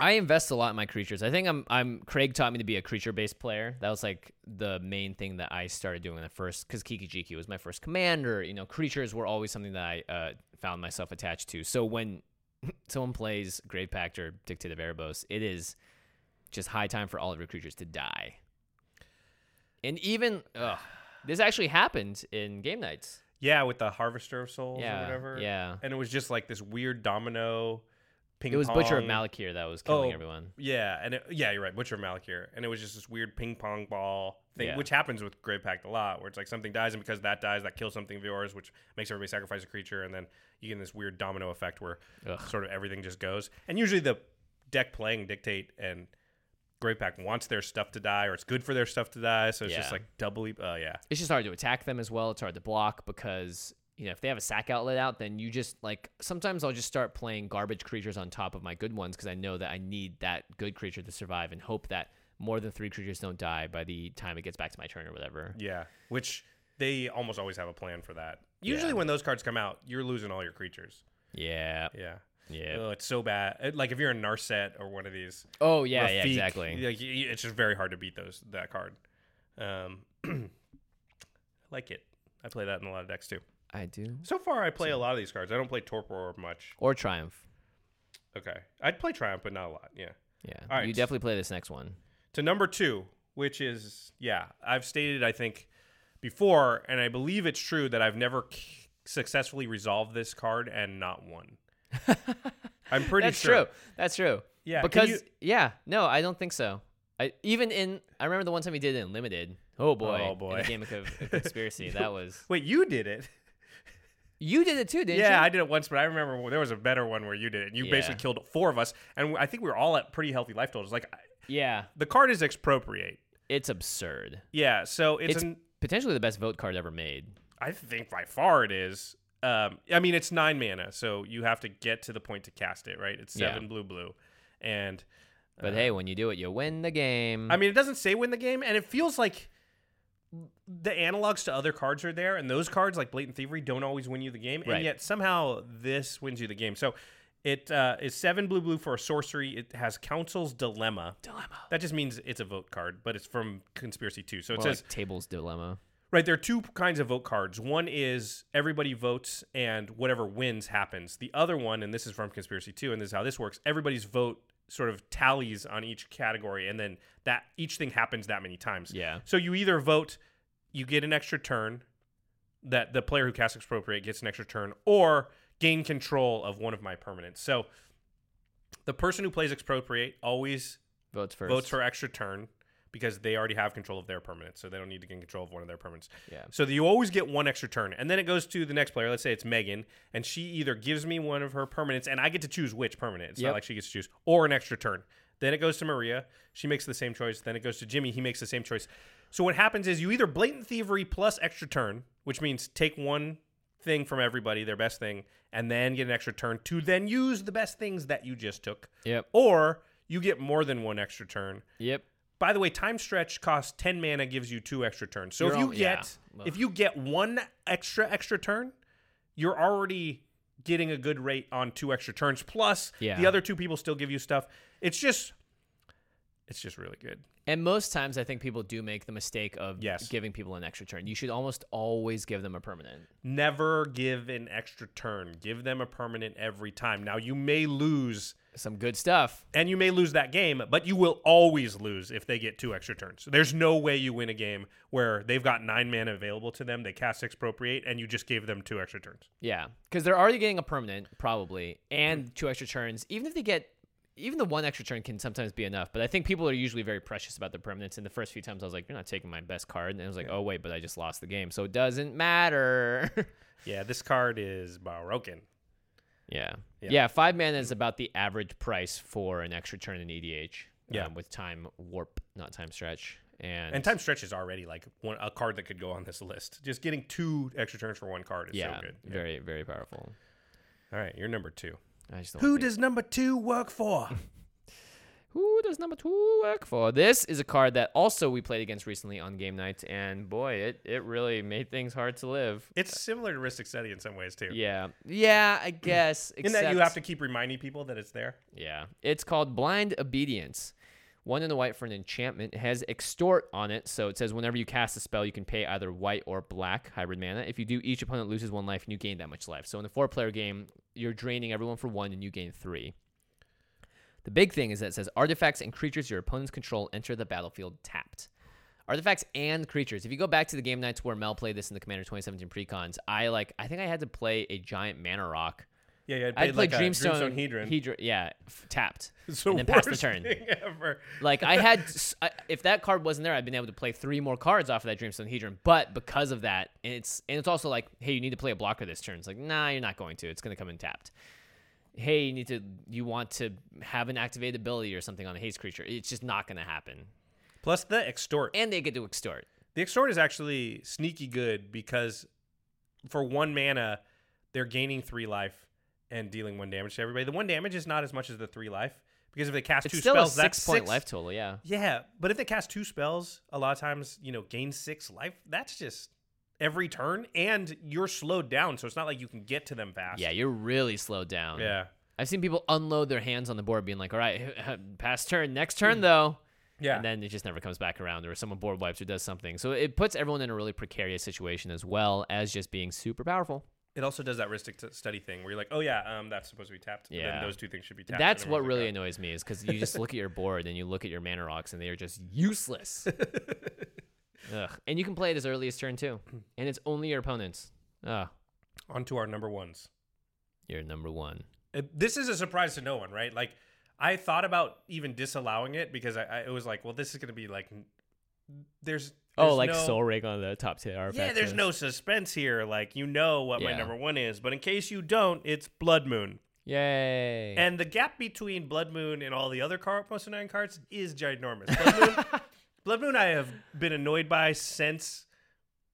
[SPEAKER 1] I invest a lot in my creatures. I think I'm I'm Craig taught me to be a creature based player. That was like the main thing that I started doing in the first because Kiki Jiki was my first commander. You know, creatures were always something that I uh, found myself attached to. So when someone plays Grave Pact or Dictate of Erebos, it is just high time for all of your creatures to die. And even ugh, this actually happened in game nights.
[SPEAKER 2] Yeah, with the Harvester of Souls
[SPEAKER 1] Yeah,
[SPEAKER 2] or whatever.
[SPEAKER 1] yeah.
[SPEAKER 2] And it was just like this weird domino. Ping
[SPEAKER 1] It was Butcher of
[SPEAKER 2] pong.
[SPEAKER 1] Malakir that was killing
[SPEAKER 2] Oh,
[SPEAKER 1] everyone.
[SPEAKER 2] Yeah, and it, yeah, you're right, Butcher of Malakir, and it was just this weird ping pong ball thing,
[SPEAKER 1] Yeah.
[SPEAKER 2] which happens with Grey Pact a lot, where it's like something dies, and because that dies, that kills something of yours, which makes everybody sacrifice a creature, and then you get this weird domino effect where
[SPEAKER 1] Ugh.
[SPEAKER 2] sort of everything just goes. And usually the deck playing dictate and Grey Pact wants their stuff to die, or it's good for their stuff to die, so it's just
[SPEAKER 1] Yeah.
[SPEAKER 2] like doubly, oh yeah,
[SPEAKER 1] it's just hard to attack them as well. It's hard to block because you know if they have a sack outlet out, then you just like sometimes I'll just start playing garbage creatures on top of my good ones because I know that I need that good creature to survive and hope that more than three creatures don't die by the time it gets back to my turn or whatever.
[SPEAKER 2] yeah, which they almost always have a plan for that. Usually
[SPEAKER 1] Yeah.
[SPEAKER 2] when those cards come out, you're losing all your creatures.
[SPEAKER 1] Yeah,
[SPEAKER 2] Yeah.
[SPEAKER 1] yeah.
[SPEAKER 2] Oh, it's so bad. It- Like if you're a Narset or one of these,
[SPEAKER 1] Oh yeah, yeah,
[SPEAKER 2] Rafik.
[SPEAKER 1] exactly.
[SPEAKER 2] Like, y- y- it's just very hard to beat those that card. Um, I like it. I play that in a lot of decks too.
[SPEAKER 1] I do.
[SPEAKER 2] So far, I play a lot of these cards. I don't play Torpor much.
[SPEAKER 1] Or triumph.
[SPEAKER 2] Okay, I'd play Triumph, but not a lot. Yeah.
[SPEAKER 1] Yeah,
[SPEAKER 2] All right.
[SPEAKER 1] you definitely play this next one.
[SPEAKER 2] To number two, which is yeah, I've stated I think before, and I believe it's true that I've never c- successfully resolved this card and not won. I'm pretty
[SPEAKER 1] That's
[SPEAKER 2] sure.
[SPEAKER 1] true. That's true.
[SPEAKER 2] Yeah, can
[SPEAKER 1] Because
[SPEAKER 2] you-
[SPEAKER 1] yeah, no, I don't think so. I even in I remember the one time he did it in limited. Oh boy.
[SPEAKER 2] Oh,
[SPEAKER 1] in
[SPEAKER 2] boy.
[SPEAKER 1] the game of co- conspiracy. that was
[SPEAKER 2] Wait, you did it.
[SPEAKER 1] You did it too, didn't
[SPEAKER 2] yeah,
[SPEAKER 1] you?
[SPEAKER 2] I did it once, but I remember when- there was a better one where you did it. And you basically
[SPEAKER 1] Yeah.
[SPEAKER 2] killed four of us, and I think we were all at pretty healthy life totals. Like I-
[SPEAKER 1] yeah.
[SPEAKER 2] the card is expropriate.
[SPEAKER 1] It's absurd.
[SPEAKER 2] Yeah, so it's,
[SPEAKER 1] It's,
[SPEAKER 2] an.
[SPEAKER 1] potentially the best vote card ever made.
[SPEAKER 2] I think by far it is. Um, I mean, it's nine mana, so you have to get to the point to cast it, right? It's
[SPEAKER 1] Yeah.
[SPEAKER 2] seven blue blue, and
[SPEAKER 1] But hey, when you do it, you win the game.
[SPEAKER 2] Uh. I mean, it doesn't say win the game, and it feels like the analogs to other cards are there, and those cards like blatant thievery don't always win you the game,
[SPEAKER 1] Right.
[SPEAKER 2] and yet somehow this wins you the game. So it uh, is seven blue blue for a sorcery. It has Council's Dilemma.
[SPEAKER 1] dilemma.
[SPEAKER 2] That just means it's a vote card, but it's from Conspiracy Two. So it
[SPEAKER 1] More
[SPEAKER 2] says
[SPEAKER 1] like tables dilemma.
[SPEAKER 2] Right, there are two kinds of vote cards. One is everybody votes and whatever wins happens. The other one, and this is from Conspiracy 2, and this is how this works, everybody's vote sort of tallies on each category and then that each thing happens that many times.
[SPEAKER 1] Yeah.
[SPEAKER 2] So you either vote, you get an extra turn that the player who casts expropriate gets an extra turn or gain control of one of my permanents. So the person who plays expropriate always
[SPEAKER 1] Votes first.
[SPEAKER 2] votes for extra turn because they already have control of their permanents, so they don't need to get control of one of their permanents.
[SPEAKER 1] Yeah.
[SPEAKER 2] So you always get one extra turn, and then it goes to the next player. Let's say it's Megan, and she either gives me one of her permanents, and I get to choose which permanent. It's
[SPEAKER 1] Yep.
[SPEAKER 2] not like she gets to choose, or an extra turn. Then it goes to Maria. She makes the same choice. Then it goes to Jimmy. He makes the same choice. So what happens is you either blatant thievery plus extra turn, which means take one thing from everybody, their best thing, and then get an extra turn to then use the best things that you just took
[SPEAKER 1] Yep.
[SPEAKER 2] or you get more than one extra turn.
[SPEAKER 1] Yep.
[SPEAKER 2] By the way, time stretch costs ten mana, gives you two extra turns. So
[SPEAKER 1] You're
[SPEAKER 2] if you
[SPEAKER 1] all- yeah.
[SPEAKER 2] get
[SPEAKER 1] Ugh.
[SPEAKER 2] if you get one extra extra turn, you're already getting a good rate on two extra turns. Plus,
[SPEAKER 1] Yeah.
[SPEAKER 2] the other two people still give you stuff. It's just, it's just really good.
[SPEAKER 1] And most times, I think people do make the mistake of
[SPEAKER 2] Yes.
[SPEAKER 1] giving people an extra turn. You should almost always give them a permanent.
[SPEAKER 2] Never give an extra turn. Give them a permanent every time. Now you may lose,
[SPEAKER 1] Some good stuff.
[SPEAKER 2] and you may lose that game, but you will always lose if they get two extra turns. There's no way you win a game where they've got nine mana available to them, they cast expropriate, and you just gave them two extra turns.
[SPEAKER 1] Yeah, because they're already getting a permanent probably, and two extra turns. Even if they get, even the one extra turn can sometimes be enough. But I think people are usually very precious about their permanents. And the first few times, I was like, "You're not taking my best card," and I was like, "Oh wait, but I just lost the game, so it doesn't matter."
[SPEAKER 2] Yeah, this card is broken.
[SPEAKER 1] yeah.
[SPEAKER 2] Yeah.
[SPEAKER 1] yeah, Five mana is about the average price for an extra turn in EDH.
[SPEAKER 2] Yeah.
[SPEAKER 1] um, with time warp, not time stretch, and,
[SPEAKER 2] And time stretch is already like one, a card that could go on this list. Just getting two extra turns for one card is
[SPEAKER 1] Yeah,
[SPEAKER 2] so good. Yeah.
[SPEAKER 1] very very powerful.
[SPEAKER 2] All right, you're number two.
[SPEAKER 1] I just don't
[SPEAKER 2] Who
[SPEAKER 1] think-
[SPEAKER 2] does number two work for?
[SPEAKER 1] Who does number two work for? This is a card that also we played against recently on game night, and boy, it, it really made things hard to live.
[SPEAKER 2] it's similar to Ristic City in some ways too.
[SPEAKER 1] Yeah, yeah, I guess.
[SPEAKER 2] In that you have
[SPEAKER 1] except-
[SPEAKER 2] to keep reminding people that it's there.
[SPEAKER 1] Yeah, it's called Blind Obedience. One in the white for an enchantment. It has extort on it, so it says whenever you cast a spell, you can pay either white or black hybrid mana. If you do, each opponent loses one life, and you gain that much life. So in a four-player game, you're draining everyone for one, and you gain three. The big thing is that it says artifacts and creatures your opponents control enter the battlefield tapped. Artifacts and creatures. If you go back to the game nights where Mel played this in the Commander 2017 precons, I like. I think I had to play a giant mana rock.
[SPEAKER 2] Yeah, yeah.
[SPEAKER 1] I played
[SPEAKER 2] like a
[SPEAKER 1] Dreamstone,
[SPEAKER 2] Hedron.
[SPEAKER 1] Hedron- yeah, f- tapped.
[SPEAKER 2] It's the
[SPEAKER 1] and then passed the
[SPEAKER 2] worst
[SPEAKER 1] turn.
[SPEAKER 2] thing ever.
[SPEAKER 1] Like I had, s- I- if that card wasn't there, I'd been able to play three more cards off of that Dreamstone Hedron. But because of that, and it's and it's also like, hey, you need to play a blocker this turn. It's like, nah, you're not going to. It's going to come in tapped. Hey, you need to, you want to have an activated ability or something on a haste creature. It's just not going to happen.
[SPEAKER 2] Plus the extort.
[SPEAKER 1] And they get to extort.
[SPEAKER 2] The extort is actually sneaky good because for one mana, they're gaining three life and dealing one damage to everybody. The one damage is not as much as the three life because if they cast
[SPEAKER 1] It's
[SPEAKER 2] two
[SPEAKER 1] still
[SPEAKER 2] spells,
[SPEAKER 1] a six
[SPEAKER 2] that's
[SPEAKER 1] point
[SPEAKER 2] six.
[SPEAKER 1] life total. Yeah,
[SPEAKER 2] Yeah, but if they cast two spells, a lot of times you know gain six life. That's just every turn, and you're slowed down, so it's not like you can get to them fast.
[SPEAKER 1] yeah, you're really slowed down.
[SPEAKER 2] yeah,
[SPEAKER 1] I've seen people unload their hands on the board, being like, all right, past turn, next turn though.
[SPEAKER 2] yeah.
[SPEAKER 1] And then it just never comes back around, or someone board wipes or does something. So it puts everyone in a really precarious situation as well as just being super powerful.
[SPEAKER 2] it also does that Ristic t- study thing where you're like, oh yeah, um, that's supposed to be tapped. but
[SPEAKER 1] Yeah.
[SPEAKER 2] then those two things should be tapped.
[SPEAKER 1] That's
[SPEAKER 2] and
[SPEAKER 1] what
[SPEAKER 2] everyone's
[SPEAKER 1] really
[SPEAKER 2] like,
[SPEAKER 1] annoys me is because you just look at your board and you look at your mana rocks and they are just useless. Ugh. And you can play it as early as turn two, and it's only your opponents. Ah,
[SPEAKER 2] oh. on to our number ones.
[SPEAKER 1] you're number one.
[SPEAKER 2] Uh, this is a surprise to no one, right? Like, I thought about even disallowing it because I, I it was like, well, this is going to be like, n- there's,
[SPEAKER 1] Oh,
[SPEAKER 2] there's
[SPEAKER 1] like
[SPEAKER 2] no,
[SPEAKER 1] Soul Rig on the top tier.
[SPEAKER 2] Yeah, there's no suspense here. Like, you know what my
[SPEAKER 1] Yeah.
[SPEAKER 2] number one is, but in case you don't, it's Blood Moon,
[SPEAKER 1] Yay.
[SPEAKER 2] and the gap between Blood Moon and all the other car- most nine cards is ginormous. Blood Moon, Blood Moon, I have been annoyed by since.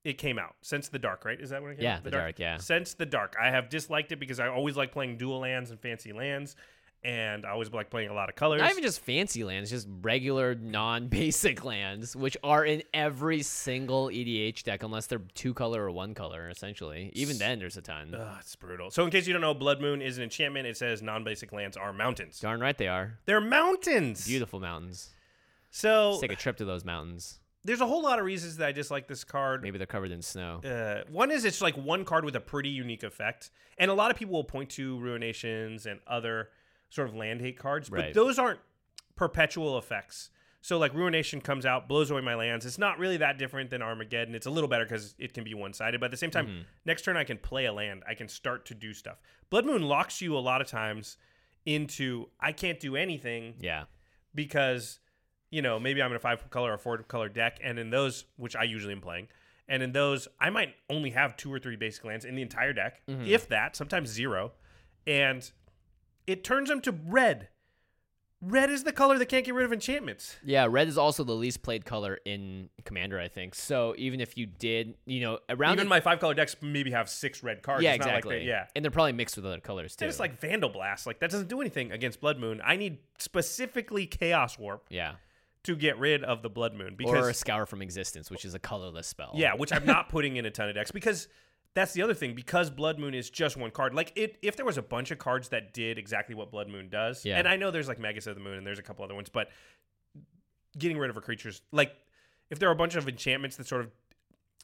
[SPEAKER 2] It came out since the dark, right? Is that when it came
[SPEAKER 1] Yeah,
[SPEAKER 2] out?
[SPEAKER 1] The Dark, yeah.
[SPEAKER 2] Since the dark, I have disliked it because I always like playing dual lands and fancy lands, and I always like playing a lot of colors.
[SPEAKER 1] Not even just fancy lands, just regular non-basic lands, which are in every single EDH deck, unless they're two color or one color, essentially. Even then, there's a ton.
[SPEAKER 2] Ugh, it's brutal. So, in case you don't know, Blood Moon is an enchantment. It says non-basic lands are mountains.
[SPEAKER 1] Darn right they are.
[SPEAKER 2] They're mountains.
[SPEAKER 1] Beautiful mountains.
[SPEAKER 2] So Oh.
[SPEAKER 1] Let's take a trip to those mountains.
[SPEAKER 2] there's a whole lot of reasons that I dislike this card.
[SPEAKER 1] Maybe they're covered in snow.
[SPEAKER 2] uh, one is it's like one card with a pretty unique effect, and a lot of people will point to ruinations and other sort of land hate cards, but
[SPEAKER 1] Right.
[SPEAKER 2] those aren't perpetual effects. So like ruination comes out, blows away my lands. It's not really that different than Armageddon. It's a little better because it can be one sided, but at the same time, next turn I can play a land. I can start to do stuff. Blood Moon locks you a lot of times into I can't do anything
[SPEAKER 1] Yeah.
[SPEAKER 2] because you know, maybe I'm in a five color or four color deck, and in those, which I usually am playing, and in those, I might only have two or three basic lands in the entire deck,
[SPEAKER 1] Mm-hmm.
[SPEAKER 2] if that, sometimes zero, and it turns them to red. Red is the color that can't get rid of enchantments.
[SPEAKER 1] Yeah, red is also the least played color in Commander, I think. So even if you did, you know, around
[SPEAKER 2] Even
[SPEAKER 1] the-
[SPEAKER 2] my five color decks maybe have six red cards.
[SPEAKER 1] yeah,
[SPEAKER 2] It's not like
[SPEAKER 1] exactly,
[SPEAKER 2] they- yeah.
[SPEAKER 1] and they're probably mixed with other colors too.
[SPEAKER 2] It's like Vandal Blast. Like that doesn't do anything against Blood Moon. I need specifically Chaos Warp
[SPEAKER 1] yeah,
[SPEAKER 2] to get rid of the Blood Moon
[SPEAKER 1] or a
[SPEAKER 2] because
[SPEAKER 1] scour from existence, which is a colorless spell.
[SPEAKER 2] yeah, which I'm not putting in a ton of decks because that's the other thing because Blood Moon is just one card. Like it, if there was a bunch of cards that did exactly what Blood Moon does,
[SPEAKER 1] Yeah.
[SPEAKER 2] and I know there's like Magus of the Moon and there's a couple other ones, but getting rid of a creature's like if there are a bunch of enchantments that sort of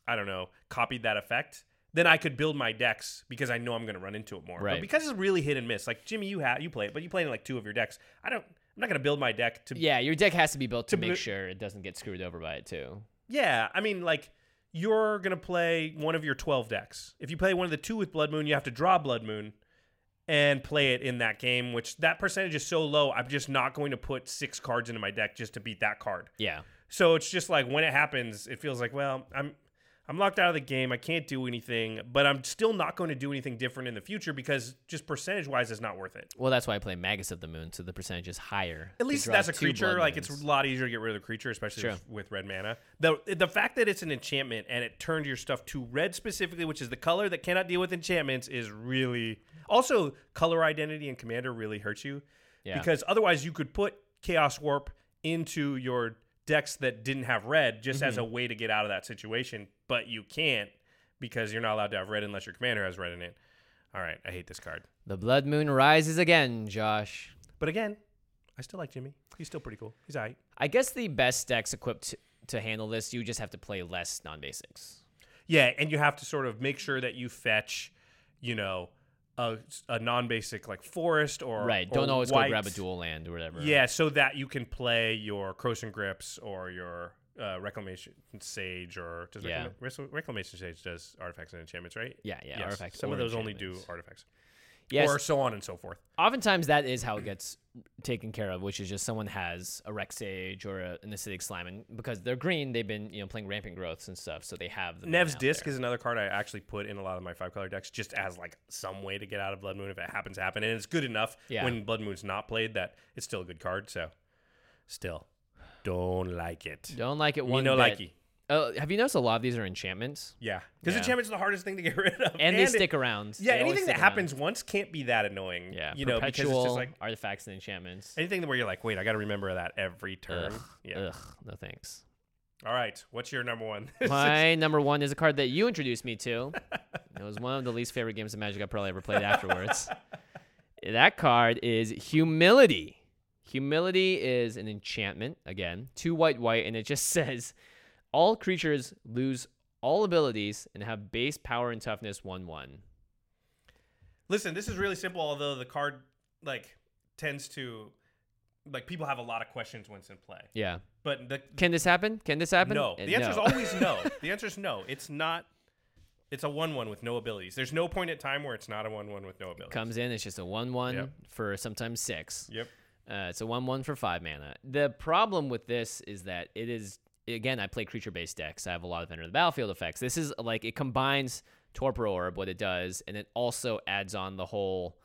[SPEAKER 2] I don't know copied that effect. Then I could build my decks because I know I'm going to run into it more. But
[SPEAKER 1] Right.
[SPEAKER 2] because it's really hit and miss, like Jimmy, you have you play it, but you play it in like two of your decks. I don't. I'm not going to build my deck to
[SPEAKER 1] yeah, your deck has to be built to,
[SPEAKER 2] To
[SPEAKER 1] make
[SPEAKER 2] bl-
[SPEAKER 1] sure it doesn't get screwed over by it too.
[SPEAKER 2] Yeah, I mean, like you're gonna play one of your twelve decks. If you play one of the two with Blood Moon, you have to draw Blood Moon and play it in that game. Which that percentage is so low, I'm just not going to put six cards into my deck just to beat that card.
[SPEAKER 1] Yeah,
[SPEAKER 2] So it's just like when it happens, it feels like well, I'm I'm locked out of the game. I can't do anything, but I'm still not going to do anything different in the future because just percentage wise, it's not worth it.
[SPEAKER 1] well, that's why I play Magus of the Moon, so the percentage is higher. to
[SPEAKER 2] At least
[SPEAKER 1] draw
[SPEAKER 2] that's a
[SPEAKER 1] two
[SPEAKER 2] creature.
[SPEAKER 1] Blood
[SPEAKER 2] Like it's
[SPEAKER 1] Moons.
[SPEAKER 2] a lot easier to get rid of the creature, especially
[SPEAKER 1] Sure.
[SPEAKER 2] with- with red mana. The the fact that it's an enchantment and it turned your stuff to red specifically, which is the color that cannot deal with enchantments, is really also color identity and commander really hurts you.
[SPEAKER 1] Yeah.
[SPEAKER 2] Because otherwise you could put Chaos Warp into your decks that didn't have red just as a
[SPEAKER 1] Mm-hmm.
[SPEAKER 2] way to get out of that situation, but you can't because you're not allowed to have red unless your commander has red in it. All right, I hate this card.
[SPEAKER 1] the Blood Moon rises again, Josh.
[SPEAKER 2] But again, I still like Jimmy. He's still pretty cool. He's all right.
[SPEAKER 1] I guess the best decks equipped to, to handle this, you just have to play less non basics.
[SPEAKER 2] Yeah, and you have to sort of make sure that you fetch, you know, a, a non-basic like forest or
[SPEAKER 1] Right.
[SPEAKER 2] or
[SPEAKER 1] Don't always
[SPEAKER 2] white.
[SPEAKER 1] go grab a dual land or whatever.
[SPEAKER 2] Yeah, so that you can play your Crows and Grips or your uh, Reclamation Sage or does
[SPEAKER 1] Yeah.
[SPEAKER 2] Reclamation, Reclamation Sage does artifacts and enchantments, right?
[SPEAKER 1] Yeah, yeah,
[SPEAKER 2] Yes.
[SPEAKER 1] artifacts
[SPEAKER 2] Some of
[SPEAKER 1] or
[SPEAKER 2] those only do
[SPEAKER 1] enchantments.
[SPEAKER 2] artifacts,
[SPEAKER 1] Yes.
[SPEAKER 2] or so on and so forth.
[SPEAKER 1] oftentimes that is how it gets taken care of, which is just someone has a Rex Sage or a, an acidic slime, and because they're green, they've been you know playing rampant growths and stuff, so they have the
[SPEAKER 2] Nev's Disc is another card I actually put in a lot of my five color decks just as like some way to get out of Blood Moon if it happens to happen. And it's good enough
[SPEAKER 1] Yeah.
[SPEAKER 2] when Blood Moon's not played that it's still a good card. So still don't like it.
[SPEAKER 1] Don't like it
[SPEAKER 2] Me
[SPEAKER 1] one
[SPEAKER 2] no
[SPEAKER 1] bit.
[SPEAKER 2] likey.
[SPEAKER 1] Oh, have you noticed a lot of these are enchantments,
[SPEAKER 2] Yeah. Because
[SPEAKER 1] Yeah.
[SPEAKER 2] enchantments are the hardest thing to get rid of.
[SPEAKER 1] and, they
[SPEAKER 2] it-
[SPEAKER 1] stick around.
[SPEAKER 2] Yeah,
[SPEAKER 1] They always
[SPEAKER 2] anything that
[SPEAKER 1] stick around.
[SPEAKER 2] happens once can't be that annoying.
[SPEAKER 1] yeah,
[SPEAKER 2] You know, because it's
[SPEAKER 1] perpetual
[SPEAKER 2] just like
[SPEAKER 1] artifacts and enchantments.
[SPEAKER 2] anything where you're like, wait, I gotta remember that every turn.
[SPEAKER 1] Ugh,
[SPEAKER 2] yeah.
[SPEAKER 1] ugh, no thanks.
[SPEAKER 2] All right. What's your number one?
[SPEAKER 1] My number one is a card that you introduced me to. It was one of the least favorite games of Magic I probably ever played afterwards. that card is Humility. Humility is an enchantment, again, two white, white, and it just says all creatures lose all abilities and have base power and toughness 1 1.
[SPEAKER 2] Listen, this is really simple, although the card like tends to like people have a lot of questions once in play.
[SPEAKER 1] Yeah.
[SPEAKER 2] But the
[SPEAKER 1] Can this happen? Can this happen?
[SPEAKER 2] no,
[SPEAKER 1] Uh,
[SPEAKER 2] the answer is always no. The answer is no. It's not. It's a one-one with no abilities. There's no point at time where it's not a one-one with no abilities.
[SPEAKER 1] Comes in, it's just a 1 1
[SPEAKER 2] Yep.
[SPEAKER 1] for sometimes 6.
[SPEAKER 2] Yep.
[SPEAKER 1] Uh, it's a one-one for five mana. The problem with this is that it is again. I play creature-based decks. I have a lot of enter the battlefield effects. This is like it combines Torpor Orb, what it does, and it also adds on the whole.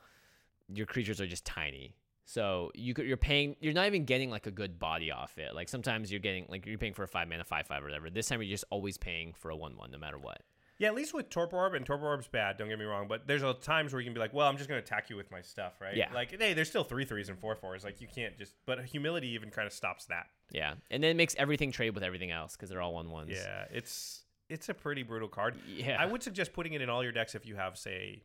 [SPEAKER 1] Your creatures are just tiny, so you could, you're paying. You're not even getting like a good body off it. Like sometimes you're getting like you're paying for a five mana five five or whatever. This time you're just always paying for a one one no matter what.
[SPEAKER 2] Yeah, at least with Torpor Orb, and Torpor Orb's bad, don't get me wrong, but there's a times where you can be like, well, I'm just going to attack you with my stuff, right?
[SPEAKER 1] Yeah.
[SPEAKER 2] Like, hey, there's still three threes and four fours. Like, you can't just, but humility even kind of stops that.
[SPEAKER 1] Yeah, and then it makes everything trade with everything else because they're all one ones.
[SPEAKER 2] Yeah, it's it's a pretty brutal card.
[SPEAKER 1] Yeah.
[SPEAKER 2] I would suggest putting it in all your decks if you have, say,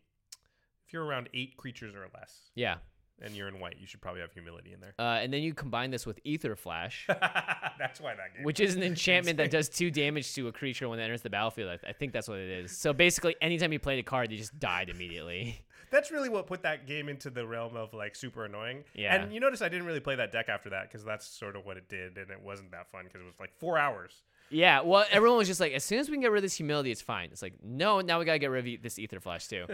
[SPEAKER 2] if you're around eight creatures or less
[SPEAKER 1] yeah.
[SPEAKER 2] and you're in white, you should probably have humility in there.
[SPEAKER 1] Uh, and then you combine this with Ether Flash.
[SPEAKER 2] That's why that game.
[SPEAKER 1] which is an enchantment that does two damage to a creature when it enters the battlefield. I, I think that's what it is. So basically, anytime you played a card, you just died immediately.
[SPEAKER 2] That's really what put that game into the realm of like super annoying.
[SPEAKER 1] Yeah.
[SPEAKER 2] And you notice I didn't really play that deck after that because that's sort of what it did, and it wasn't that fun because it was like four hours.
[SPEAKER 1] yeah. Well, everyone was just like, as soon as we can get rid of this humility, it's fine. It's like, no, now we gotta get rid of e- this ether flash too.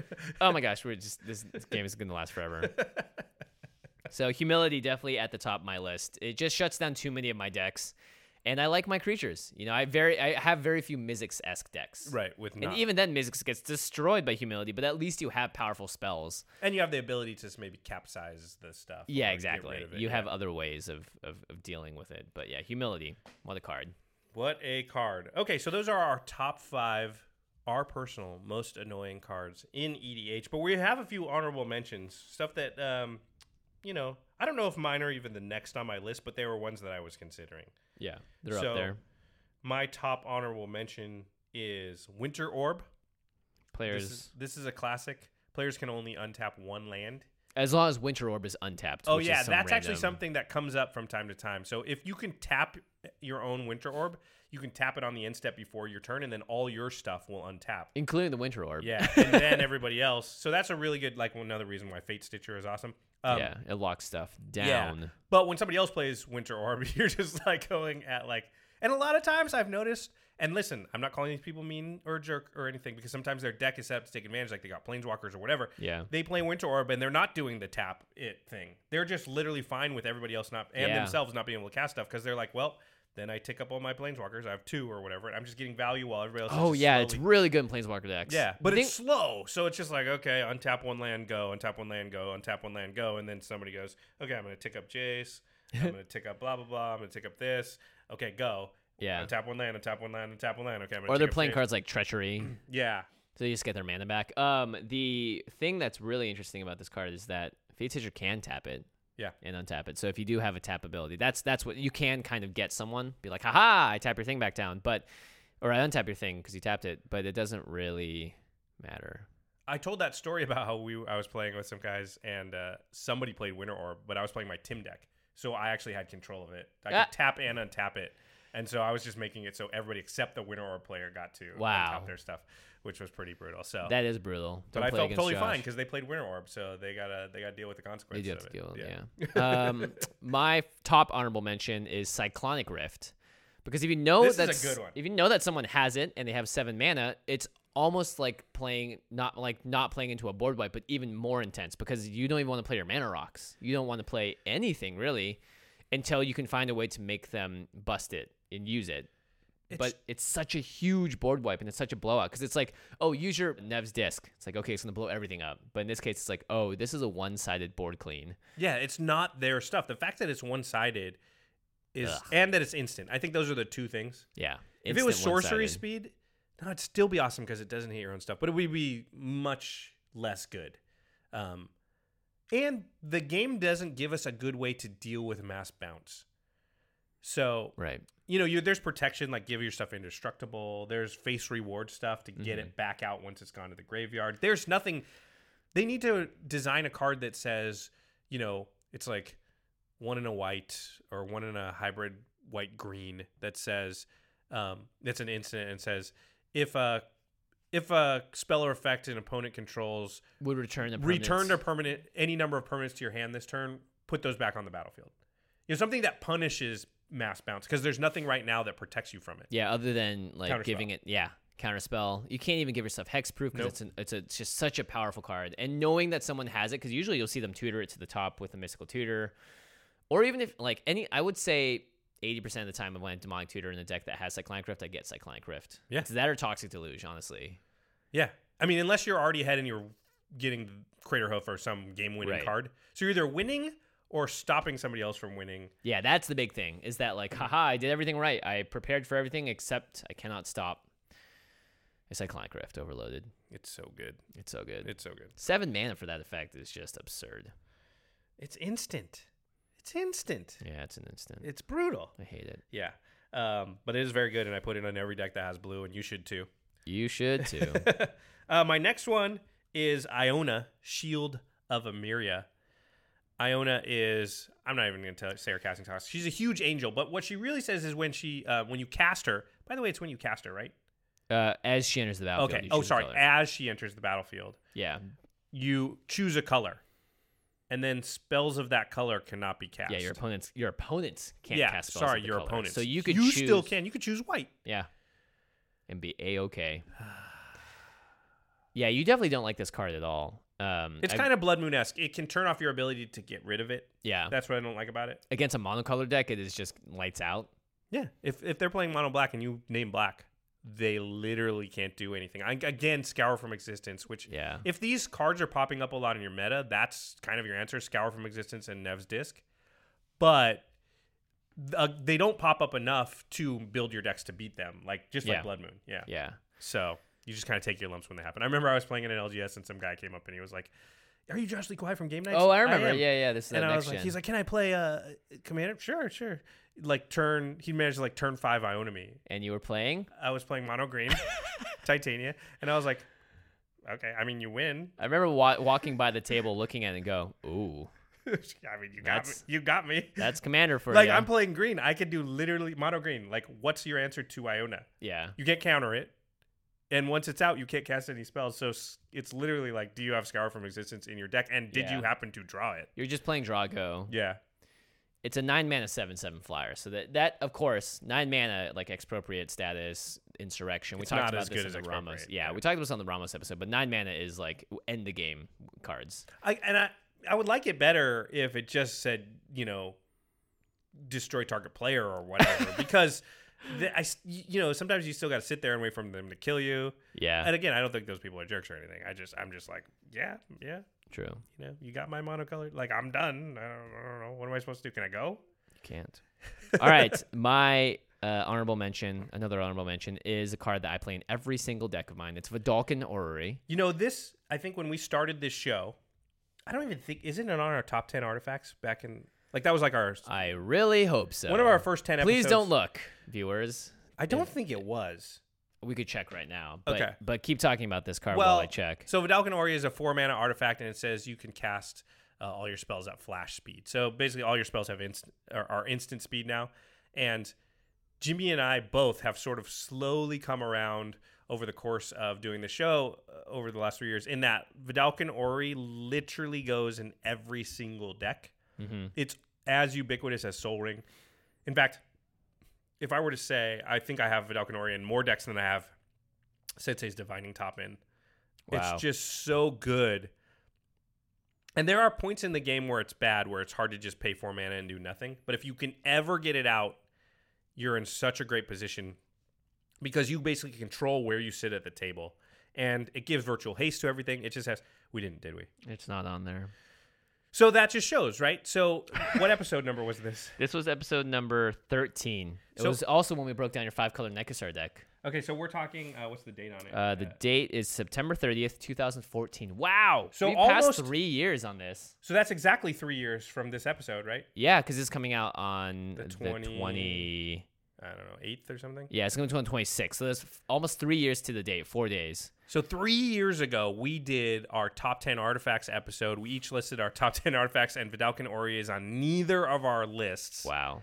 [SPEAKER 1] oh my gosh, we're just this, this game is gonna last forever. So humility definitely at the top of my list. It just shuts down too many of my decks, and I like my creatures. You know, I very I have very few Mizzix esque decks.
[SPEAKER 2] Right, with
[SPEAKER 1] And
[SPEAKER 2] not.
[SPEAKER 1] even then, Mizzix gets destroyed by humility, but at least you have powerful spells.
[SPEAKER 2] and you have the ability to just maybe capsize the stuff. or
[SPEAKER 1] Yeah,
[SPEAKER 2] get
[SPEAKER 1] exactly.
[SPEAKER 2] rid of it,
[SPEAKER 1] You
[SPEAKER 2] yeah.
[SPEAKER 1] have other ways of, of of dealing with it. But yeah, humility. What a card.
[SPEAKER 2] What a card. Okay, so those are our top five, our personal most annoying cards in EDH. But we have a few honorable mentions, stuff that, um, you know, I don't know if mine are even the next on my list, but they were ones that I was considering.
[SPEAKER 1] Yeah, they're
[SPEAKER 2] So-
[SPEAKER 1] up there.
[SPEAKER 2] My top honorable mention is Winter Orb.
[SPEAKER 1] Players
[SPEAKER 2] This is, this is a classic. Players can only untap one land.
[SPEAKER 1] as long as Winter Orb is untapped.
[SPEAKER 2] Oh
[SPEAKER 1] which is
[SPEAKER 2] yeah,
[SPEAKER 1] some
[SPEAKER 2] that's actually
[SPEAKER 1] random-
[SPEAKER 2] something that comes up from time to time. So if you can tap your own Winter Orb, you can tap it on the end step before your turn, and then all your stuff will untap.
[SPEAKER 1] including the Winter Orb.
[SPEAKER 2] Yeah, and then everybody else. So that's a really good like another reason why Fate Stitcher is awesome. Um,
[SPEAKER 1] yeah, it locks stuff
[SPEAKER 2] yeah.
[SPEAKER 1] down.
[SPEAKER 2] But when somebody else plays Winter Orb, you're just like going at like, and a lot of times I've noticed. And listen, I'm not calling these people mean or jerk or anything because sometimes their deck is set up to take advantage, like they got planeswalkers or whatever.
[SPEAKER 1] Yeah.
[SPEAKER 2] They play Winter Orb and they're not doing the tap it thing. They're just literally fine with everybody else not and
[SPEAKER 1] Yeah.
[SPEAKER 2] themselves not being able to cast stuff because they're like, well, then I tick up all my planeswalkers. I have two or whatever, and I'm just getting value while everybody else. is
[SPEAKER 1] Oh
[SPEAKER 2] just
[SPEAKER 1] yeah,
[SPEAKER 2] slowly
[SPEAKER 1] it's really good in Planeswalker decks.
[SPEAKER 2] yeah, but
[SPEAKER 1] Think-
[SPEAKER 2] it's slow, so it's just like okay, untap one land, go, untap one land, go, untap one land, go, and then somebody goes, okay, I'm gonna tick up Jace, I'm gonna tick up blah blah blah, I'm gonna tick up this, okay, go,
[SPEAKER 1] Yeah.
[SPEAKER 2] untap one land, untap one land, untap one land, okay, I'm gonna
[SPEAKER 1] or they're
[SPEAKER 2] tick up
[SPEAKER 1] playing
[SPEAKER 2] Jace.
[SPEAKER 1] cards like Treachery,
[SPEAKER 2] Yeah,
[SPEAKER 1] so they just get their mana back. Um, the thing that's really interesting about this card is that Fate Stitcher can tap it
[SPEAKER 2] yeah,
[SPEAKER 1] and untap it. So if you do have a tap ability, that's that's what you can kind of get someone be like, haha, I tap your thing back down, but or I untap your thing because you tapped it, but it doesn't really matter.
[SPEAKER 2] I told that story about how we I was playing with some guys and uh, somebody played Winter Orb, but I was playing my Tim deck, so I actually had control of it. I could
[SPEAKER 1] Ah.
[SPEAKER 2] tap and untap it, and so I was just making it so everybody except the Winter Orb player got to
[SPEAKER 1] Wow.
[SPEAKER 2] untap their stuff, which was pretty brutal. So
[SPEAKER 1] That is brutal. Don't
[SPEAKER 2] Oh. but I
[SPEAKER 1] play
[SPEAKER 2] felt
[SPEAKER 1] against
[SPEAKER 2] totally
[SPEAKER 1] Josh.
[SPEAKER 2] fine because they played Winter Orb, so they gotta they gotta deal with the
[SPEAKER 1] They
[SPEAKER 2] consequences.
[SPEAKER 1] do have
[SPEAKER 2] of
[SPEAKER 1] to
[SPEAKER 2] it.
[SPEAKER 1] deal with it. Yeah. um, my top honorable mention is Cyclonic Rift, because if you know
[SPEAKER 2] This is a
[SPEAKER 1] that's
[SPEAKER 2] good one.
[SPEAKER 1] if you know that someone has it and they have seven mana, it's almost like playing not like not playing into a board wipe, but even more intense because you don't even want to play your mana rocks. You don't want to play anything really until you can find a way to make them bust it and use it. but it's such a huge board wipe and it's such a blowout because it's like, oh, use your Nev's disc. It's like, okay, it's going to blow everything up. But in this case, it's like, oh, this is a one sided board clean.
[SPEAKER 2] Yeah, it's not their stuff. The fact that it's one sided is and that it's instant. I think those are the two things.
[SPEAKER 1] Yeah.
[SPEAKER 2] if it was
[SPEAKER 1] Instant
[SPEAKER 2] sorcery
[SPEAKER 1] one-sided.
[SPEAKER 2] speed, no, it'd still be awesome because it doesn't hit your own stuff, but it would be much less good. Um, and the game doesn't give us a good way to deal with mass bounce. So
[SPEAKER 1] Right.
[SPEAKER 2] you know, you there's protection like give your stuff indestructible. There's face reward stuff to get it back out once it's gone to the graveyard. There's nothing. They need to design a card that says, you know, it's like one in a white or one in a hybrid white green that says um, that's an instant and says if a if a spell or effect an opponent controls
[SPEAKER 1] Would return the
[SPEAKER 2] return to
[SPEAKER 1] permanents.
[SPEAKER 2] permanent any number of permanents to your hand this turn put those back on the battlefield you know something that punishes mass bounce because there's nothing right now that protects you from it
[SPEAKER 1] Yeah, other than like
[SPEAKER 2] Counterspell.
[SPEAKER 1] giving it yeah, counterspell. You can't even give yourself hexproof because
[SPEAKER 2] Nope.
[SPEAKER 1] it's an, it's, a, it's just such a powerful card. And knowing that someone has it cuz usually you'll see them tutor it to the top with a mystical tutor. Or even if like any I would say 80% of the time when I demonic tutor in a deck that has cyclonic rift, I get cyclonic rift.
[SPEAKER 2] Yeah.
[SPEAKER 1] It's that or toxic deluge, honestly.
[SPEAKER 2] yeah i mean unless you're already ahead and you're getting crater hoof or some game winning
[SPEAKER 1] Right.
[SPEAKER 2] card so you're either winning or stopping somebody else from winning
[SPEAKER 1] Yeah, that's the big thing. Is that like, haha, I did everything right. I prepared for everything except I cannot stop. A cyclonic rift overloaded.
[SPEAKER 2] it's so good
[SPEAKER 1] It's so good.
[SPEAKER 2] it's so good
[SPEAKER 1] Seven mana for that effect is just absurd.
[SPEAKER 2] it's instant it's instant
[SPEAKER 1] Yeah, it's an instant.
[SPEAKER 2] it's brutal
[SPEAKER 1] I hate it.
[SPEAKER 2] yeah um, but it is very good and i put it on every deck that has blue and you should too
[SPEAKER 1] You should too.
[SPEAKER 2] Uh, my next one is Iona, Shield of Emiria. Iona is I'm not even going to tell say her casting cost. She's a huge angel, but what she really says is when she uh, when you cast her. By the way, it's when you cast her, right?
[SPEAKER 1] uh, as she enters the battlefield.
[SPEAKER 2] okay.
[SPEAKER 1] you
[SPEAKER 2] Oh,
[SPEAKER 1] choose a
[SPEAKER 2] sorry.
[SPEAKER 1] color.
[SPEAKER 2] As she enters the battlefield,
[SPEAKER 1] Yeah.
[SPEAKER 2] you choose a color, and then spells of that color cannot be cast.
[SPEAKER 1] Yeah. Your opponents. Your opponents can't
[SPEAKER 2] Yeah,
[SPEAKER 1] cast spells.
[SPEAKER 2] sorry,
[SPEAKER 1] of the
[SPEAKER 2] your
[SPEAKER 1] color.
[SPEAKER 2] opponents.
[SPEAKER 1] So you could
[SPEAKER 2] you
[SPEAKER 1] choose.
[SPEAKER 2] still can. You could choose white.
[SPEAKER 1] Yeah. And be a okay. Yeah, you definitely don't like this card at all. Um,
[SPEAKER 2] It's kind of Blood Moon esque. It can turn off your ability to get rid of it.
[SPEAKER 1] yeah.
[SPEAKER 2] That's what I don't like about it.
[SPEAKER 1] Against a monocolor deck, it is just lights out.
[SPEAKER 2] Yeah. If if they're playing mono black and you name black, they literally can't do anything. I, again, Scour from Existence, which
[SPEAKER 1] Yeah.
[SPEAKER 2] if these cards are popping up a lot in your meta, that's kind of your answer: Scour from Existence and Nev's Disc. But uh, they don't pop up enough to build your decks to beat them, like just
[SPEAKER 1] Yeah.
[SPEAKER 2] like Blood Moon. Yeah.
[SPEAKER 1] Yeah.
[SPEAKER 2] So you just kind of take your lumps when they happen. I remember I was playing in an LGS and some guy came up and he was like, "Are you Josh Lee Kwai from Game Nights?"
[SPEAKER 1] Oh, I remember.
[SPEAKER 2] am."
[SPEAKER 1] yeah, yeah. This is
[SPEAKER 2] and
[SPEAKER 1] that
[SPEAKER 2] I
[SPEAKER 1] next
[SPEAKER 2] was like,
[SPEAKER 1] gen.
[SPEAKER 2] he's like, "Can I play uh, Commander?" Sure, sure. Like turn, he managed to like turn five Ionomy.
[SPEAKER 1] and you were playing.
[SPEAKER 2] I was playing mono green, Titania, and I was like, "Okay, I mean, you win.
[SPEAKER 1] I remember wa- walking by the table, looking at it, and go, "Ooh,
[SPEAKER 2] I mean, you got
[SPEAKER 1] That's-
[SPEAKER 2] me. You got me."
[SPEAKER 1] that's commander for
[SPEAKER 2] Like
[SPEAKER 1] you."
[SPEAKER 2] I'm playing green, I could do literally mono green. Like, what's your answer to Iona?
[SPEAKER 1] yeah.
[SPEAKER 2] You can't counter it, and once it's out, you can't cast any spells. So s- it's literally like, do you have Scour from Existence in your deck, and did you
[SPEAKER 1] Yeah.
[SPEAKER 2] happen to draw it?
[SPEAKER 1] You're just playing Drago.
[SPEAKER 2] Yeah,
[SPEAKER 1] It's a nine mana seven seven flyer. So that that of course nine mana like expropriate status insurrection. We
[SPEAKER 2] It's
[SPEAKER 1] talked
[SPEAKER 2] not
[SPEAKER 1] about
[SPEAKER 2] as
[SPEAKER 1] this
[SPEAKER 2] good
[SPEAKER 1] in
[SPEAKER 2] as
[SPEAKER 1] the Ramos.
[SPEAKER 2] Expropriate,
[SPEAKER 1] Yeah,
[SPEAKER 2] yeah.
[SPEAKER 1] we talked about this on the Ramos episode. But nine mana is like end the game cards.
[SPEAKER 2] I and I I would like it better if it just said you know destroy target player or whatever because the, I s- you know sometimes you still got to sit there and wait for them to kill you.
[SPEAKER 1] Yeah,
[SPEAKER 2] And again, I don't think those people are jerks or anything. I just I'm just like yeah yeah
[SPEAKER 1] true.
[SPEAKER 2] you know you got my monocolored like I'm done. I don't, I don't know what am I supposed to do? Can I go?
[SPEAKER 1] You can't. All right, my uh, honorable mention, another honorable mention, is a card that I play in every single deck of mine. It's Vidalcan Orrery.
[SPEAKER 2] You know this. I think when we started this show, I don't even think isn't it on our top ten artifacts back in like that was like our
[SPEAKER 1] I really hope so.
[SPEAKER 2] one of our first ten.
[SPEAKER 1] Please
[SPEAKER 2] episodes.
[SPEAKER 1] don't look, viewers.
[SPEAKER 2] I don't think it was.
[SPEAKER 1] We could check right now. But,
[SPEAKER 2] Okay.
[SPEAKER 1] But keep talking about this card while I check.
[SPEAKER 2] So Vidalcan Ori is a four mana artifact, and it says you can cast uh, all your spells at flash speed. So basically, all your spells have inst- are, are instant speed now. And Jimmy and I both have sort of slowly come around over the course of doing the show uh, over the last three years. In that Vidalcan Ori literally goes in every single deck.
[SPEAKER 1] Mhm.
[SPEAKER 2] It's as ubiquitous as Soul Ring. In fact, if I were to say, I think I have Vidalcan Ori in more decks than I have Sensei's Divining Top in.
[SPEAKER 1] Wow.
[SPEAKER 2] It's just so good. And there are points in the game where it's bad, where it's hard to just pay four mana and do nothing. But if you can ever get it out, you're in such a great position because you basically control where you sit at the table. And it gives virtual haste to everything. It just has. We didn't, did we?
[SPEAKER 1] It's not on there.
[SPEAKER 2] So that just shows, right? So what episode number was this?
[SPEAKER 1] This was episode number 13. It
[SPEAKER 2] So-
[SPEAKER 1] was also when we broke down your five color Nekasar deck.
[SPEAKER 2] Okay, so we're talking. Uh, what's the date on it?
[SPEAKER 1] Uh, the date is September 30th, 2014. Wow.
[SPEAKER 2] So
[SPEAKER 1] we passed
[SPEAKER 2] almost-
[SPEAKER 1] three years on this.
[SPEAKER 2] so that's exactly three years from this episode, right?
[SPEAKER 1] Yeah, because it's coming out on
[SPEAKER 2] The
[SPEAKER 1] the
[SPEAKER 2] 20
[SPEAKER 1] 20...
[SPEAKER 2] I don't know, eighth or something.
[SPEAKER 1] Yeah, it's going to be on 26. So that's f- almost three years to the date, four days.
[SPEAKER 2] So three years ago, we did our top ten artifacts episode. We each listed our top ten artifacts, and Vidalcan Ori is on neither of our lists.
[SPEAKER 1] Wow.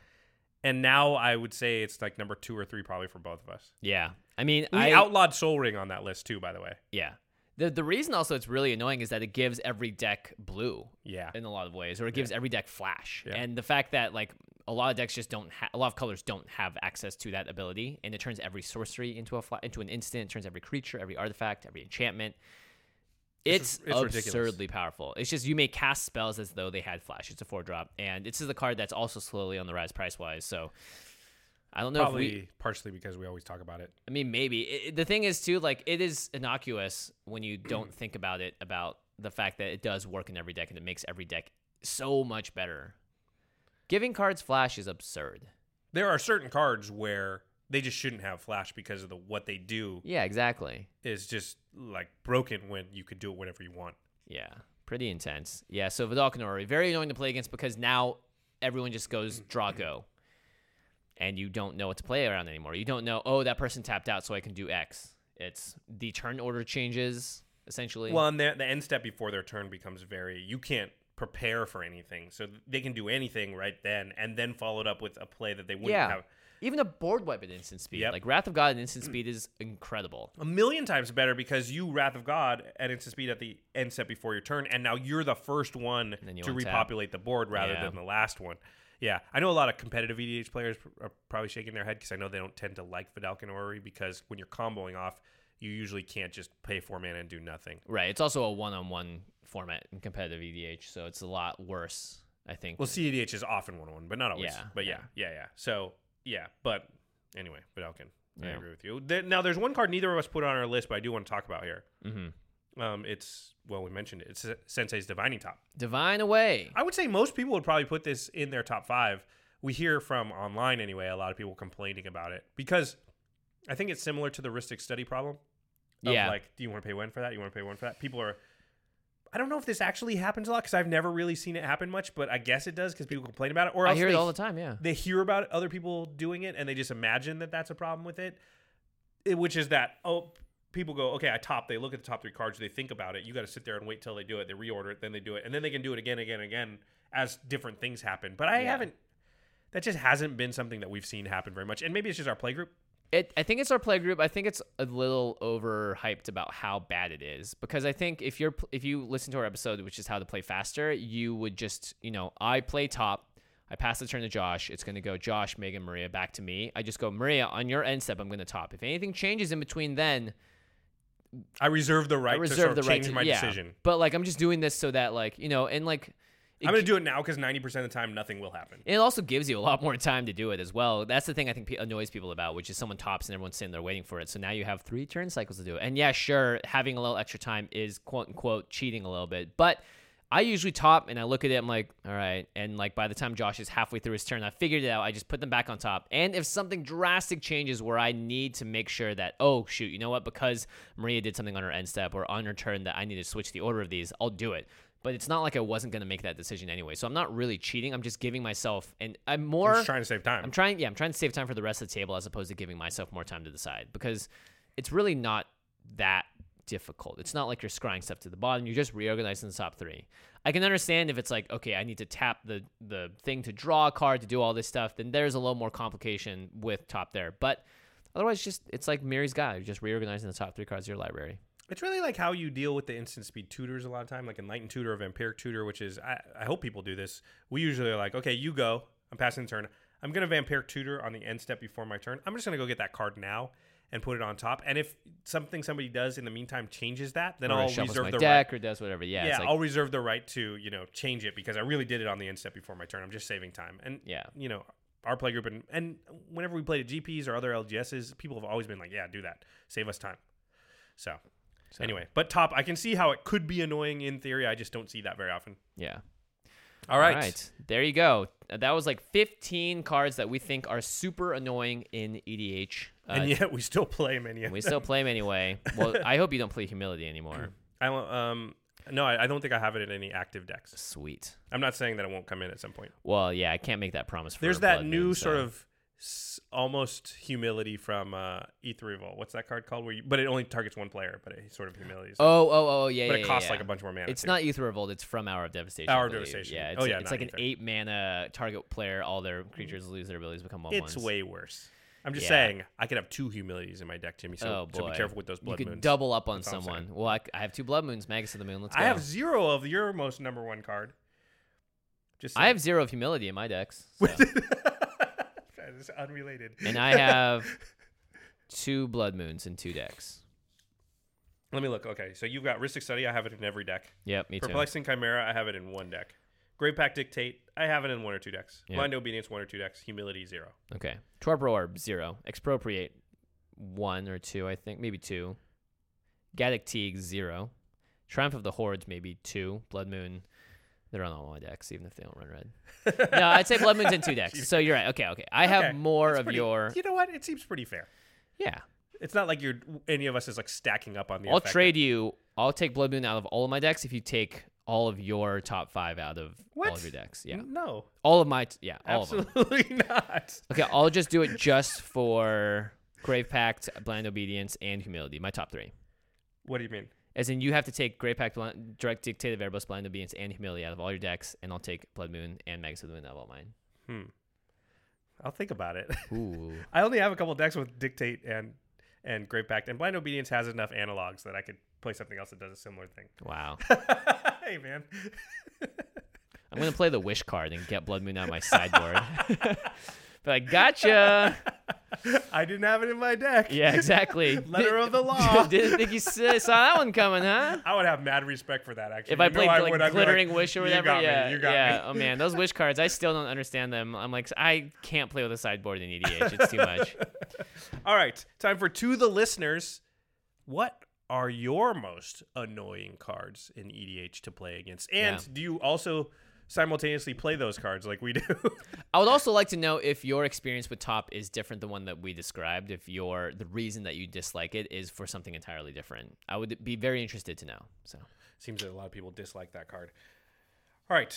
[SPEAKER 2] And now I would say it's like number two or three, probably for both of us.
[SPEAKER 1] Yeah. I mean,
[SPEAKER 2] We
[SPEAKER 1] I
[SPEAKER 2] outlawed Soul Ring on that list too, by the way.
[SPEAKER 1] yeah. The the reason also it's really annoying is that it gives every deck blue
[SPEAKER 2] Yeah,
[SPEAKER 1] in a lot of ways, or it gives every deck flash.
[SPEAKER 2] Yeah.
[SPEAKER 1] And the fact that like a lot of decks just don't ha- a lot of colors don't have access to that ability, and it turns every sorcery into a fla- into an instant. It turns every creature, every artifact, every enchantment. It's,
[SPEAKER 2] It's- it's ridiculous.
[SPEAKER 1] absurdly powerful. It's just you may cast spells as though they had flash. It's a four drop, and this is the card that's also slowly on the rise price wise. So I don't know
[SPEAKER 2] probably
[SPEAKER 1] if we
[SPEAKER 2] partially because we always talk about it.
[SPEAKER 1] I mean, maybe It- it- the thing is too. Like, it is innocuous when you don't think about it about the fact that it does work in every deck and it makes every deck so much better. Giving cards flash is absurd.
[SPEAKER 2] There are certain cards where they just shouldn't have flash because of the what they do
[SPEAKER 1] Yeah, exactly.
[SPEAKER 2] is just like broken when you could do it whenever you want.
[SPEAKER 1] Yeah, pretty intense. Yeah, so Vidalcanori very annoying to play against because now everyone just goes Draco, and you don't know what to play around anymore. You don't know. Oh, that person tapped out, so I can do X. It's the turn order changes essentially.
[SPEAKER 2] Well, and the, the end step before their turn becomes very. You can't prepare for anything, so they can do anything right then, and then followed up with a play that they wouldn't
[SPEAKER 1] yeah.
[SPEAKER 2] have.
[SPEAKER 1] Even a board wipe at instant speed.
[SPEAKER 2] Yep.
[SPEAKER 1] Like Wrath of God at instant speed is incredible.
[SPEAKER 2] A million times better because you Wrath of God at instant speed at the end step before your turn, and now you're the first one
[SPEAKER 1] then you
[SPEAKER 2] to
[SPEAKER 1] untap.
[SPEAKER 2] repopulate the board rather
[SPEAKER 1] Yeah.
[SPEAKER 2] than the last one. Yeah, I know a lot of competitive E EDH players pr- are probably shaking their head because I know they don't tend to like Vidalcan Orrery because when you're comboing off, you usually can't just pay four mana and do nothing.
[SPEAKER 1] Right. It's also a one-on-one format in competitive EDH, so it's a lot worse. I think.
[SPEAKER 2] Well, CEDH is often one on one, but not always.
[SPEAKER 1] Yeah,
[SPEAKER 2] but yeah,
[SPEAKER 1] yeah.
[SPEAKER 2] yeah, yeah, So yeah, but anyway, but Elkin, I
[SPEAKER 1] Yeah.
[SPEAKER 2] agree with you. There- Now, there's one card neither of us put on our list, but I do want to talk about here.
[SPEAKER 1] Mhm.
[SPEAKER 2] Um, it's well, we mentioned it. It's Sensei's Divining Top.
[SPEAKER 1] Divine away.
[SPEAKER 2] I would say most people would probably put this in their top five. We hear from online anyway a lot of people complaining about it because I think it's similar to the Ristic study problem. Of
[SPEAKER 1] Yeah.
[SPEAKER 2] Like, do you want to pay one for that? You want to pay one for that? People are. I don't know if this actually happens a lot because I've never really seen it happen much, but I guess it does because people complain about it. Or
[SPEAKER 1] I
[SPEAKER 2] else
[SPEAKER 1] hear it
[SPEAKER 2] they-
[SPEAKER 1] all the time. Yeah.
[SPEAKER 2] They hear about other people doing it and they just imagine that that's a problem with it, It- which is that oh people go okay I top they look at the top three cards they think about it you got to sit there and wait till they do it they reorder it then they do it and then they can do it again again again as different things happen. But I
[SPEAKER 1] Yeah.
[SPEAKER 2] haven't. That just hasn't been something that we've seen happen very much, and maybe it's just our play group.
[SPEAKER 1] It, I think it's our play group. I think it's a little overhyped about how bad it is because I think if you're pl- if you listen to our episode, which is how to play faster, you would just you know I play top. I pass the turn to Josh. It's going to go Josh, Megan, Maria back to me. I just go Maria on your end step. I'm going to top. If anything changes in between, then
[SPEAKER 2] I reserve the right
[SPEAKER 1] I
[SPEAKER 2] to sort
[SPEAKER 1] reserve
[SPEAKER 2] of
[SPEAKER 1] the right
[SPEAKER 2] change
[SPEAKER 1] to
[SPEAKER 2] my
[SPEAKER 1] yeah.
[SPEAKER 2] decision.
[SPEAKER 1] But like I'm just doing this so that like you know and like it
[SPEAKER 2] I'm going to do it now because 90% of the time nothing will happen.
[SPEAKER 1] And it also gives you a lot more time to do it as well. That's the thing I think pe- annoys people about, which is someone tops and everyone's sitting there waiting for it. So now you have three turn cycles to do it. And yeah, sure, having a little extra time is quote unquote cheating a little bit, but. I usually top and I look at it. I'm like, all right. And like by the time Josh is halfway through his turn, I figured it out. I just put them back on top. And if something drastic changes where I need to make sure that, oh, shoot, you know what? Because Maria did something on her end step or on her turn that I need to switch the order of these, I'll do it but it's not like I wasn't going to make that decision anyway. So I'm not really cheating. I'm just giving myself, and I'm more.
[SPEAKER 2] I'm just trying to save time.
[SPEAKER 1] I'm trying. Yeah, I'm trying to save time for the rest of the table as opposed to giving myself more time to decide because it's really not that difficult. It's not like you're scrying stuff to the bottom. You're just reorganizing the top three. I can understand if it's like, okay, I need to tap the the thing to draw a card to do all this stuff. Then there's a little more complication with top there, but. Otherwise, just it's like Mary's guy. You're just reorganizing the top three cards of your library.
[SPEAKER 2] It's really like how you deal with the instant speed tutors a lot of time, like Enlightened Tutor or Vampiric Tutor, which is, I, I hope people do this. We usually are like, okay, you go. I'm passing the turn. I'm going to Vampiric Tutor on the end step before my turn. I'm just going to go get that card now and put it on top. And if something somebody does in the meantime changes that, then
[SPEAKER 1] Or
[SPEAKER 2] I'll
[SPEAKER 1] shuffles
[SPEAKER 2] reserve
[SPEAKER 1] my
[SPEAKER 2] the
[SPEAKER 1] deck
[SPEAKER 2] right.
[SPEAKER 1] or does whatever. Yeah,
[SPEAKER 2] Yeah,
[SPEAKER 1] it's like,
[SPEAKER 2] I'll reserve the right to, you know, change it because I really did it on the end step before my turn. I'm just saving time. And,
[SPEAKER 1] Yeah.
[SPEAKER 2] you know, our play group and, and whenever we play at GPs or other LGSs, people have always been like, yeah, do that. Save us time. So.
[SPEAKER 1] so,
[SPEAKER 2] Anyway, but top, I can see how it could be annoying in theory. I just don't see that very often.
[SPEAKER 1] yeah.
[SPEAKER 2] All right.
[SPEAKER 1] All right. There you go. Uh, That was like 15 cards that we think are super annoying in EDH. Uh,
[SPEAKER 2] And yet we still play many. of
[SPEAKER 1] we
[SPEAKER 2] them.
[SPEAKER 1] still play them anyway. Well, I hope you don't play humility anymore.
[SPEAKER 2] I don't- um no, I, I don't think I have it in any active decks.
[SPEAKER 1] Sweet.
[SPEAKER 2] I'm not saying that it won't come in at some point.
[SPEAKER 1] Well, yeah, I can't make that promise. For
[SPEAKER 2] There's that
[SPEAKER 1] Blood
[SPEAKER 2] new
[SPEAKER 1] Moon,
[SPEAKER 2] sort
[SPEAKER 1] so-
[SPEAKER 2] of s- almost humility from uh, E3 Revolt. What's that card called? Where you, but it only targets one player, but it sort of humiliates. them.
[SPEAKER 1] Oh, oh, oh, yeah.
[SPEAKER 2] but
[SPEAKER 1] yeah,
[SPEAKER 2] it costs
[SPEAKER 1] yeah,
[SPEAKER 2] like a
[SPEAKER 1] yeah.
[SPEAKER 2] bunch more mana.
[SPEAKER 1] It's
[SPEAKER 2] too.
[SPEAKER 1] not Ether Revolt. It's from Hour of Devastation. I
[SPEAKER 2] Hour of
[SPEAKER 1] believe.
[SPEAKER 2] Devastation.
[SPEAKER 1] Yeah. It's,
[SPEAKER 2] Oh, yeah,
[SPEAKER 1] It's
[SPEAKER 2] not
[SPEAKER 1] like an
[SPEAKER 2] Ether.
[SPEAKER 1] eight mana target player. All their creatures lose their abilities, become one.
[SPEAKER 2] It's
[SPEAKER 1] ones.
[SPEAKER 2] way worse. I'm just
[SPEAKER 1] Yeah.
[SPEAKER 2] saying I could have two humilities in my deck, Timmy. So,
[SPEAKER 1] oh boy.
[SPEAKER 2] so be careful with those blood
[SPEAKER 1] You could
[SPEAKER 2] moons.
[SPEAKER 1] double up on
[SPEAKER 2] That's all I'm saying.
[SPEAKER 1] someone. Well, I, I have two blood moons. Magus of the Moon. Let's go.
[SPEAKER 2] I have zero of your most number one card. Just
[SPEAKER 1] I have zero of humility in my decks. so-
[SPEAKER 2] that is unrelated.
[SPEAKER 1] and I have two blood moons and two decks.
[SPEAKER 2] Let me look. Okay, so you've got Ristic Study. I have it in every deck.
[SPEAKER 1] Yep, me too.
[SPEAKER 2] Perplexing Chimera. I have it in one deck. Great Pack Dictate. I have it in one or two decks.
[SPEAKER 1] Yeah.
[SPEAKER 2] Blind Obedience. One or two decks. Humility. Zero.
[SPEAKER 1] Okay. Torpor Orb, zero. Expropriate, one or two, I think. Maybe two. Gaddock Teague, zero. Triumph of the Hordes, maybe two. Blood Moon, they're on all my decks, even if they don't run red. no, I'd say Blood Moon's in two decks. So you're right. Okay, okay. I have
[SPEAKER 2] Okay,
[SPEAKER 1] more
[SPEAKER 2] that's
[SPEAKER 1] of
[SPEAKER 2] pretty-
[SPEAKER 1] your.
[SPEAKER 2] You know what? It seems pretty fair.
[SPEAKER 1] Yeah.
[SPEAKER 2] It's not like you're any of us is like stacking up on the.
[SPEAKER 1] I'll
[SPEAKER 2] effect.
[SPEAKER 1] trade you. I'll take Blood Moon out of all of my decks if you take all of your top five out of all
[SPEAKER 2] What? Mm.
[SPEAKER 1] of your decks. Yeah.
[SPEAKER 2] No,
[SPEAKER 1] All of my. T- yeah, all of them.
[SPEAKER 2] absolutely not.
[SPEAKER 1] Okay, I'll just do it just for Grave Pact, Blind Obedience, and Humility. My top three.
[SPEAKER 2] What do you mean?
[SPEAKER 1] As in, you have to take Grave Pact, Blind, Direct Dictative Erebus, Blind Obedience, and Humility out of all your decks, and I'll take Blood Moon and Magus of the Moon out of all mine.
[SPEAKER 2] I'll think about it.
[SPEAKER 1] Ooh.
[SPEAKER 2] I only have a couple decks with Dictate and and Great Pact, and Blind Obedience has enough analogs that I could play something else that does a similar thing.
[SPEAKER 1] Wow.
[SPEAKER 2] hey man,
[SPEAKER 1] I'm going to play the Wish card and get Blood Moon out of my sideboard. but I gotcha.
[SPEAKER 2] I didn't have it in my deck.
[SPEAKER 1] Yeah, exactly.
[SPEAKER 2] Letter of the law.
[SPEAKER 1] Didn't think you s- saw that one coming, huh?
[SPEAKER 2] I would have mad respect for that. Actually,
[SPEAKER 1] If I
[SPEAKER 2] You know
[SPEAKER 1] played like
[SPEAKER 2] would. I'd be like,
[SPEAKER 1] glittering wish or
[SPEAKER 2] "You
[SPEAKER 1] whatever,
[SPEAKER 2] got me,
[SPEAKER 1] yeah,
[SPEAKER 2] you got
[SPEAKER 1] yeah.
[SPEAKER 2] me."
[SPEAKER 1] Oh man, those wish cards, I still don't understand them. I'm like, I can't play with a sideboard in EDH. It's too much.
[SPEAKER 2] All right, time for to the listeners. What are your most annoying cards in EDH to play against? And
[SPEAKER 1] Yeah.
[SPEAKER 2] do you also simultaneously play those cards like we do?
[SPEAKER 1] I would also like to know if your experience with top is different than one that we described. If your the reason that you dislike it is for something entirely different, I would be very interested to know. So
[SPEAKER 2] Seems that a lot of people dislike that card. All right,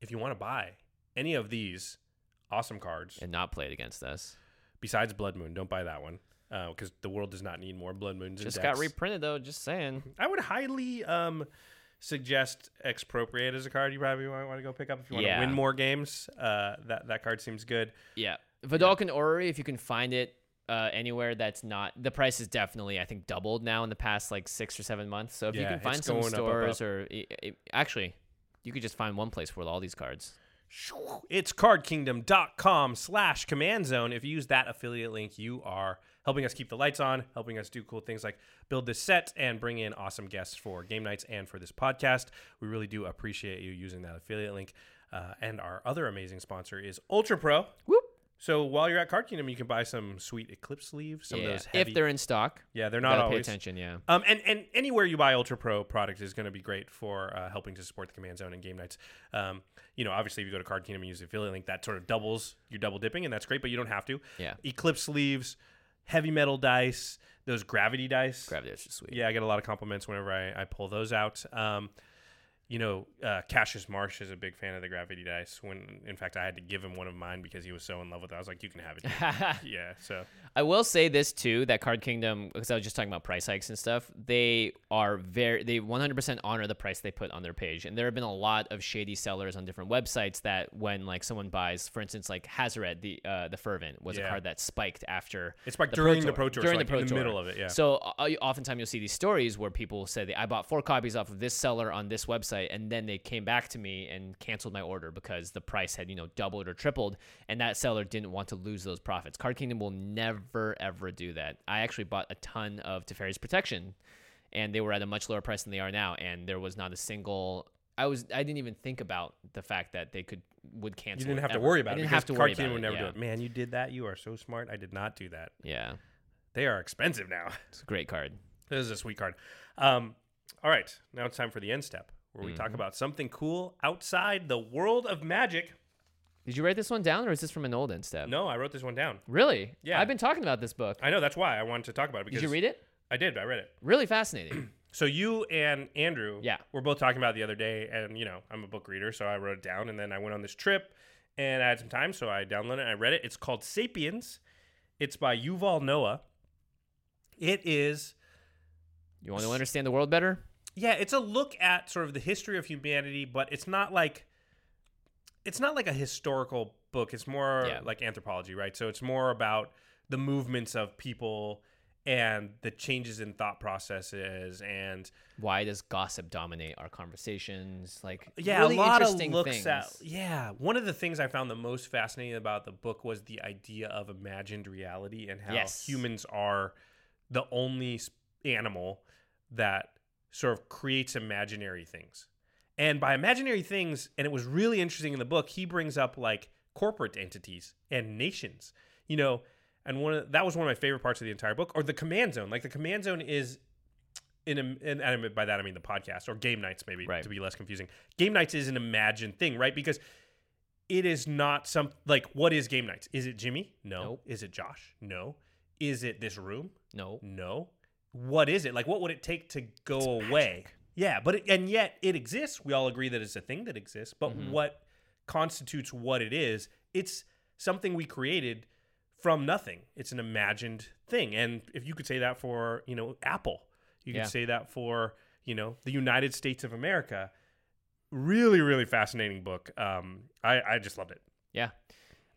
[SPEAKER 2] if you want to buy any of these awesome cards
[SPEAKER 1] and not play it against us.
[SPEAKER 2] besides Blood Moon, don't buy that one because the world does not need more Blood Moons. in
[SPEAKER 1] Just got
[SPEAKER 2] decks.
[SPEAKER 1] reprinted though. Just saying.
[SPEAKER 2] I would highly um, suggest expropriate as a card you probably might want to go pick up if you want
[SPEAKER 1] Yeah.
[SPEAKER 2] to win more games. Uh, that that card seems good.
[SPEAKER 1] Yeah, Vidalcan Orrery, if you can find it uh, anywhere that's not the price is definitely I think doubled now in the past like six or seven months. So if you
[SPEAKER 2] Yeah,
[SPEAKER 1] can
[SPEAKER 2] it's
[SPEAKER 1] find some
[SPEAKER 2] going up, up,
[SPEAKER 1] stores
[SPEAKER 2] up.
[SPEAKER 1] or i i actually, you could just find one place with all these cards.
[SPEAKER 2] It's cardkingdom.com slash command zone. If you use that affiliate link, you are helping us keep the lights on, helping us do cool things like build this set and bring in awesome guests for game nights and for this podcast. We really do appreciate you using that affiliate link. Uh, and our other amazing sponsor is Ultra Pro.
[SPEAKER 1] Whoop.
[SPEAKER 2] So while you're at Card Kingdom, you can buy some sweet Eclipse sleeves, some
[SPEAKER 1] yeah.
[SPEAKER 2] of those heavy.
[SPEAKER 1] if they're in stock,
[SPEAKER 2] yeah, they're
[SPEAKER 1] not
[SPEAKER 2] not
[SPEAKER 1] gotta pay
[SPEAKER 2] always.
[SPEAKER 1] attention. Yeah.
[SPEAKER 2] Um, and, and anywhere you buy Ultra Pro product is going to be great for uh, helping to support the Command Zone and game nights. Um, you know, obviously, if you go to Card Kingdom and use the affiliate link, that sort of doubles your double dipping, and that's great, but you don't have to.
[SPEAKER 1] Yeah.
[SPEAKER 2] Eclipse sleeves, heavy metal dice, those gravity dice.
[SPEAKER 1] Gravity is just sweet.
[SPEAKER 2] Yeah, I get a lot of compliments whenever I, I pull those out. Um, you know, uh, Cassius Marsh is a big fan of the gravity dice. When in fact, I had to give him one of mine because he was so in love with it. I was like, "You can have it." dude." yeah. So
[SPEAKER 1] I will say this too that Card Kingdom, because I was just talking about price hikes and stuff, they are very, they 100% honor the price they put on their page. And there have been a lot of shady sellers on different websites that when like someone buys, for instance, like Hazaret, the uh, the Fervent was a
[SPEAKER 2] Yeah.
[SPEAKER 1] card that spiked after.
[SPEAKER 2] It spiked during the Pro Tour, so,
[SPEAKER 1] During
[SPEAKER 2] like,
[SPEAKER 1] the Pro
[SPEAKER 2] in the
[SPEAKER 1] Tour.
[SPEAKER 2] middle of it, yeah.
[SPEAKER 1] So uh, oftentimes you'll see these stories where people say, that I bought four copies off of this seller on this website, and then they came back to me and canceled my order because the price had, you know, doubled or tripled, and that seller didn't want to lose those profits. Card Kingdom will never, ever do that. I actually bought a ton of Teferi's Protection, and they were at a much lower price than they are now, and there was not a single. I was I didn't even think about the fact that they could would cancel.
[SPEAKER 2] you didn't
[SPEAKER 1] it
[SPEAKER 2] have to
[SPEAKER 1] ever.
[SPEAKER 2] worry about
[SPEAKER 1] I
[SPEAKER 2] it.
[SPEAKER 1] didn't
[SPEAKER 2] because
[SPEAKER 1] have to worry
[SPEAKER 2] Card Kingdom
[SPEAKER 1] about
[SPEAKER 2] would never
[SPEAKER 1] it.
[SPEAKER 2] do it. Man, you did that. You are so smart. I did not do that.
[SPEAKER 1] Yeah. yeah,
[SPEAKER 2] They are expensive now.
[SPEAKER 1] it's a great card.
[SPEAKER 2] this is a sweet card. Um, all right, now it's time for the end step where we
[SPEAKER 1] Mm-hmm.
[SPEAKER 2] talk about something cool outside the world of magic.
[SPEAKER 1] Did you write this one down, or is this from an old instead?
[SPEAKER 2] No, I wrote this one down.
[SPEAKER 1] Really?
[SPEAKER 2] Yeah.
[SPEAKER 1] I've been talking about this book.
[SPEAKER 2] I know that's why I wanted to talk about it
[SPEAKER 1] Did
[SPEAKER 2] because
[SPEAKER 1] you read it?
[SPEAKER 2] I did. I read it.
[SPEAKER 1] Really fascinating.
[SPEAKER 2] So you and Andrew,
[SPEAKER 1] Yeah.
[SPEAKER 2] were both talking about it the other day, and you know I'm a book reader, so I wrote it down, and then I went on this trip, and I had some time, so I downloaded it. And I read it. It's called *Sapiens*. It's by Yuval Noah. It is
[SPEAKER 1] you want to understand the world better?
[SPEAKER 2] yeah it's a look at sort of the history of humanity but it's not like it's not like a historical book it's more
[SPEAKER 1] Yeah.
[SPEAKER 2] like anthropology right so it's more about the movements of people and the changes in thought processes and
[SPEAKER 1] Why does gossip dominate our conversations? Like,
[SPEAKER 2] yeah
[SPEAKER 1] really
[SPEAKER 2] a lot of
[SPEAKER 1] interesting
[SPEAKER 2] looks
[SPEAKER 1] things.
[SPEAKER 2] at yeah one of the things i found the most fascinating about the book was the idea of imagined reality and how
[SPEAKER 1] Yes.
[SPEAKER 2] humans are the only s- animal that sort of creates imaginary things and by imaginary things and it was really interesting in the book he brings up like corporate entities and nations you know and one of, that was one of my favorite parts of the entire book or the command zone like the command zone is in, a- in and by that i mean the podcast or game nights maybe
[SPEAKER 1] Right.
[SPEAKER 2] to be less confusing game nights is an imagined thing right because it is not some like what is game nights is it jimmy no
[SPEAKER 1] Nope.
[SPEAKER 2] is it josh no is it this room
[SPEAKER 1] No,
[SPEAKER 2] no. What is it? Like, what would it take to go away? Yeah, but it, and yet it exists. We all agree that it's a thing that exists. But what constitutes what it is? It's something we created from nothing. It's an imagined thing. And if you could say that for you know Apple, you could
[SPEAKER 1] Yeah.
[SPEAKER 2] say that for you know the United States of America. Really, really fascinating book. Um, I I just loved it.
[SPEAKER 1] yeah.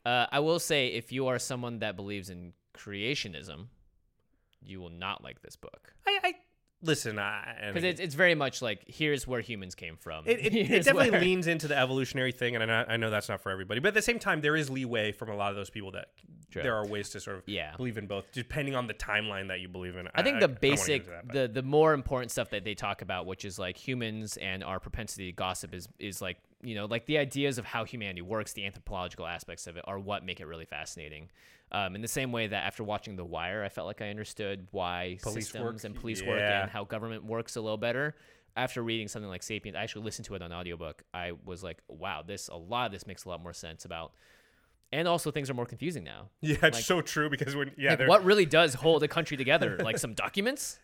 [SPEAKER 1] Uh, I will say, if you are someone that believes in creationism, you will not like this book
[SPEAKER 2] I, I listen. I I
[SPEAKER 1] because
[SPEAKER 2] mean-
[SPEAKER 1] it's, it's very much like here's where humans came from.
[SPEAKER 2] It, it, it
[SPEAKER 1] Here's
[SPEAKER 2] definitely
[SPEAKER 1] where-
[SPEAKER 2] leans into the evolutionary thing, and I know, I know that's not for everybody. But at the same time, there is leeway from a lot of those people that
[SPEAKER 1] True.
[SPEAKER 2] there are ways to sort of
[SPEAKER 1] Yeah.
[SPEAKER 2] believe in both, depending on the timeline that you believe in.
[SPEAKER 1] I think the
[SPEAKER 2] don't wanna get
[SPEAKER 1] basic,
[SPEAKER 2] into that, but-
[SPEAKER 1] the the more important stuff that they talk about, which is like humans and our propensity to gossip, is is like you know like the ideas of how humanity works, the anthropological aspects of it, are what make it really fascinating. Um, in the same way that after watching The Wire, I felt like I understood why
[SPEAKER 2] Police work,
[SPEAKER 1] systems and police work
[SPEAKER 2] yeah.
[SPEAKER 1] and how government works a little better. After reading something like *Sapiens*, I actually listened to it on audiobook. I was like, "Wow, this a lot of this makes a lot more sense about." And also, things are more confusing now.
[SPEAKER 2] yeah, it's so true because when yeah,
[SPEAKER 1] Like,
[SPEAKER 2] they're
[SPEAKER 1] what really does hold a country together? Like some documents,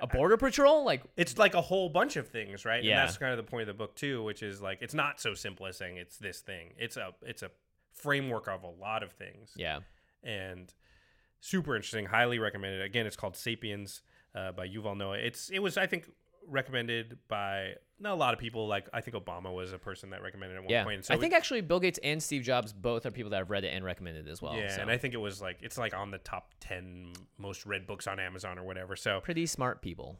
[SPEAKER 1] a border patrol. Like
[SPEAKER 2] it's like a whole bunch of things, right?
[SPEAKER 1] Yeah.
[SPEAKER 2] And that's kind of the point of the book too, which is like it's not so simple as saying it's this thing. It's a it's a framework of a lot of things.
[SPEAKER 1] yeah,
[SPEAKER 2] and super interesting. Highly recommended. Again, it's called *Sapiens* uh, by Yuval Noah. It's it was I think recommended by not a lot of people. Like I think Obama was a person that recommended it at one
[SPEAKER 1] yeah.
[SPEAKER 2] point.
[SPEAKER 1] I
[SPEAKER 2] it-
[SPEAKER 1] think actually Bill Gates and Steve Jobs both are people that have read it and recommended it as well.
[SPEAKER 2] yeah,
[SPEAKER 1] so.
[SPEAKER 2] and I think it was like it's like on the top ten most read books on Amazon or whatever. So
[SPEAKER 1] pretty smart people.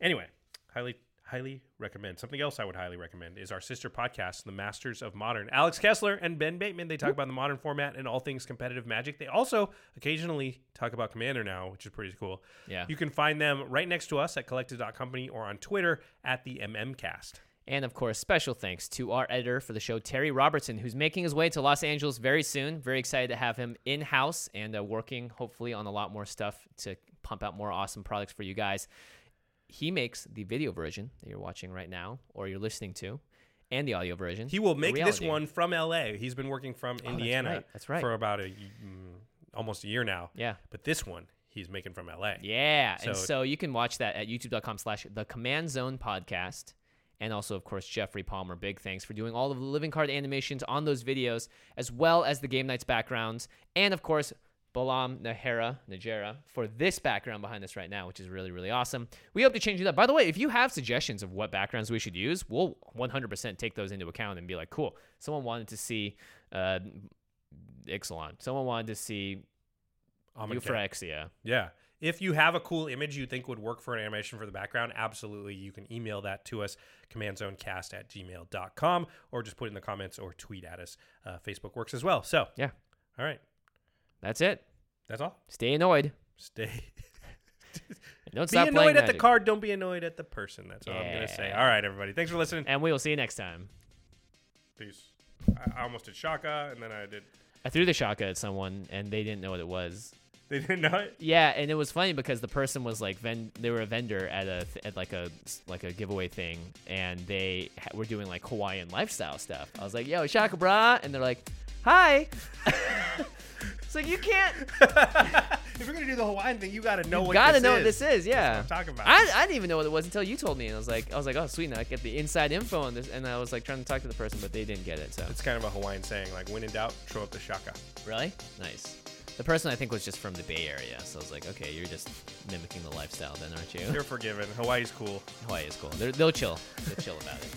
[SPEAKER 2] Anyway, highly highly recommend. Something else I would highly recommend is our sister podcast, The Masters of Modern. Alex Kessler and Ben Bateman, they talk about the modern format and all things competitive magic. They also occasionally talk about Commander now, which is pretty cool.
[SPEAKER 1] Yeah.
[SPEAKER 2] You can find them right next to us at collective.company or on Twitter at the MMcast.
[SPEAKER 1] And of course, special thanks to our editor for the show, Terry Robertson, who's making his way to Los Angeles very soon. Very excited to have him in house and uh, working, hopefully, on a lot more stuff to pump out more awesome products for you guys. He makes the video version that you're watching right now or you're listening to and the audio version.
[SPEAKER 2] He will
[SPEAKER 1] a
[SPEAKER 2] make this
[SPEAKER 1] reality.
[SPEAKER 2] one from LA. He's been working from Indiana
[SPEAKER 1] right, that's right.
[SPEAKER 2] for about a y- mm, almost a year now.
[SPEAKER 1] Yeah.
[SPEAKER 2] But this one he's making from LA.
[SPEAKER 1] Yeah. and
[SPEAKER 2] So-
[SPEAKER 1] so you can watch that at youtube.com slash the command zone podcast. And also, of course, Jeffrey Palmer, big thanks for doing all of the living card animations on those videos, as well as the game nights backgrounds. And of course, Balam Nahara, Najera, for this background behind us right now, which is really, really awesome. We hope to change it up. By the way, if you have suggestions of what backgrounds we should use, we'll 100% take those into account and be like, cool, someone wanted to see uh, Ixalan. Someone wanted to see
[SPEAKER 2] Amonkhet.
[SPEAKER 1] Euphorexia.
[SPEAKER 2] Yeah. If you have a cool image you think would work for an animation for the background, absolutely. You can email that to us, commandzonecast at gmail.com, or just put it in the comments or tweet at us. Uh, Facebook works as well. So,
[SPEAKER 1] Yeah,
[SPEAKER 2] all right.
[SPEAKER 1] that's it.
[SPEAKER 2] That's all.
[SPEAKER 1] Stay annoyed.
[SPEAKER 2] Stay.
[SPEAKER 1] And Don't
[SPEAKER 2] be
[SPEAKER 1] stop playing
[SPEAKER 2] annoyed at the
[SPEAKER 1] Magic.
[SPEAKER 2] card. Don't be annoyed at the person. That's all I'm going to say.
[SPEAKER 1] Yeah.
[SPEAKER 2] All right, everybody. Thanks for listening.
[SPEAKER 1] And we will see you next time.
[SPEAKER 2] Peace. I, I almost did Shaka, and then I did.
[SPEAKER 1] I threw the shaka at someone and they didn't know what it was.
[SPEAKER 2] They didn't know it.
[SPEAKER 1] Yeah, and it was funny because the person was like, ven- they were a vendor at a th- at like a like a giveaway thing, and they ha- were doing like Hawaiian lifestyle stuff. I was like, "Yo, shaka bra," and they're like, "Hi." it's like you can't.
[SPEAKER 2] If you're going to do the Hawaiian thing, you got to know
[SPEAKER 1] You
[SPEAKER 2] what
[SPEAKER 1] gotta
[SPEAKER 2] this
[SPEAKER 1] know
[SPEAKER 2] is.
[SPEAKER 1] what this is. Yeah,
[SPEAKER 2] That's what I'm talking about.
[SPEAKER 1] I, I didn't even know what it was until you told me, and I was like, I was like, "Oh, sweet, now I get the inside info on this." And I was like trying to talk to the person, but they didn't get it. So
[SPEAKER 2] It's kind of a Hawaiian saying, like, when in doubt, throw up the Shaka.
[SPEAKER 1] Really? Nice. The person I think was just from the Bay Area, so I was like, okay, you're just mimicking the lifestyle, then, aren't you?
[SPEAKER 2] You're forgiven. Hawaii's cool.
[SPEAKER 1] Hawaii is cool. They're, they'll chill. They'll chill about it.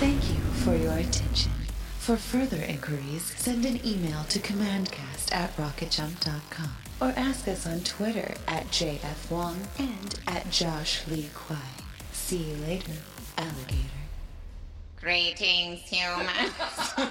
[SPEAKER 3] Thank you for your attention. For further inquiries, send an email to commandcast at rocketjump.com or ask us on Twitter at JF Wong and at Josh Lee Kwai. See you later, alligator.
[SPEAKER 4] Greetings, humans.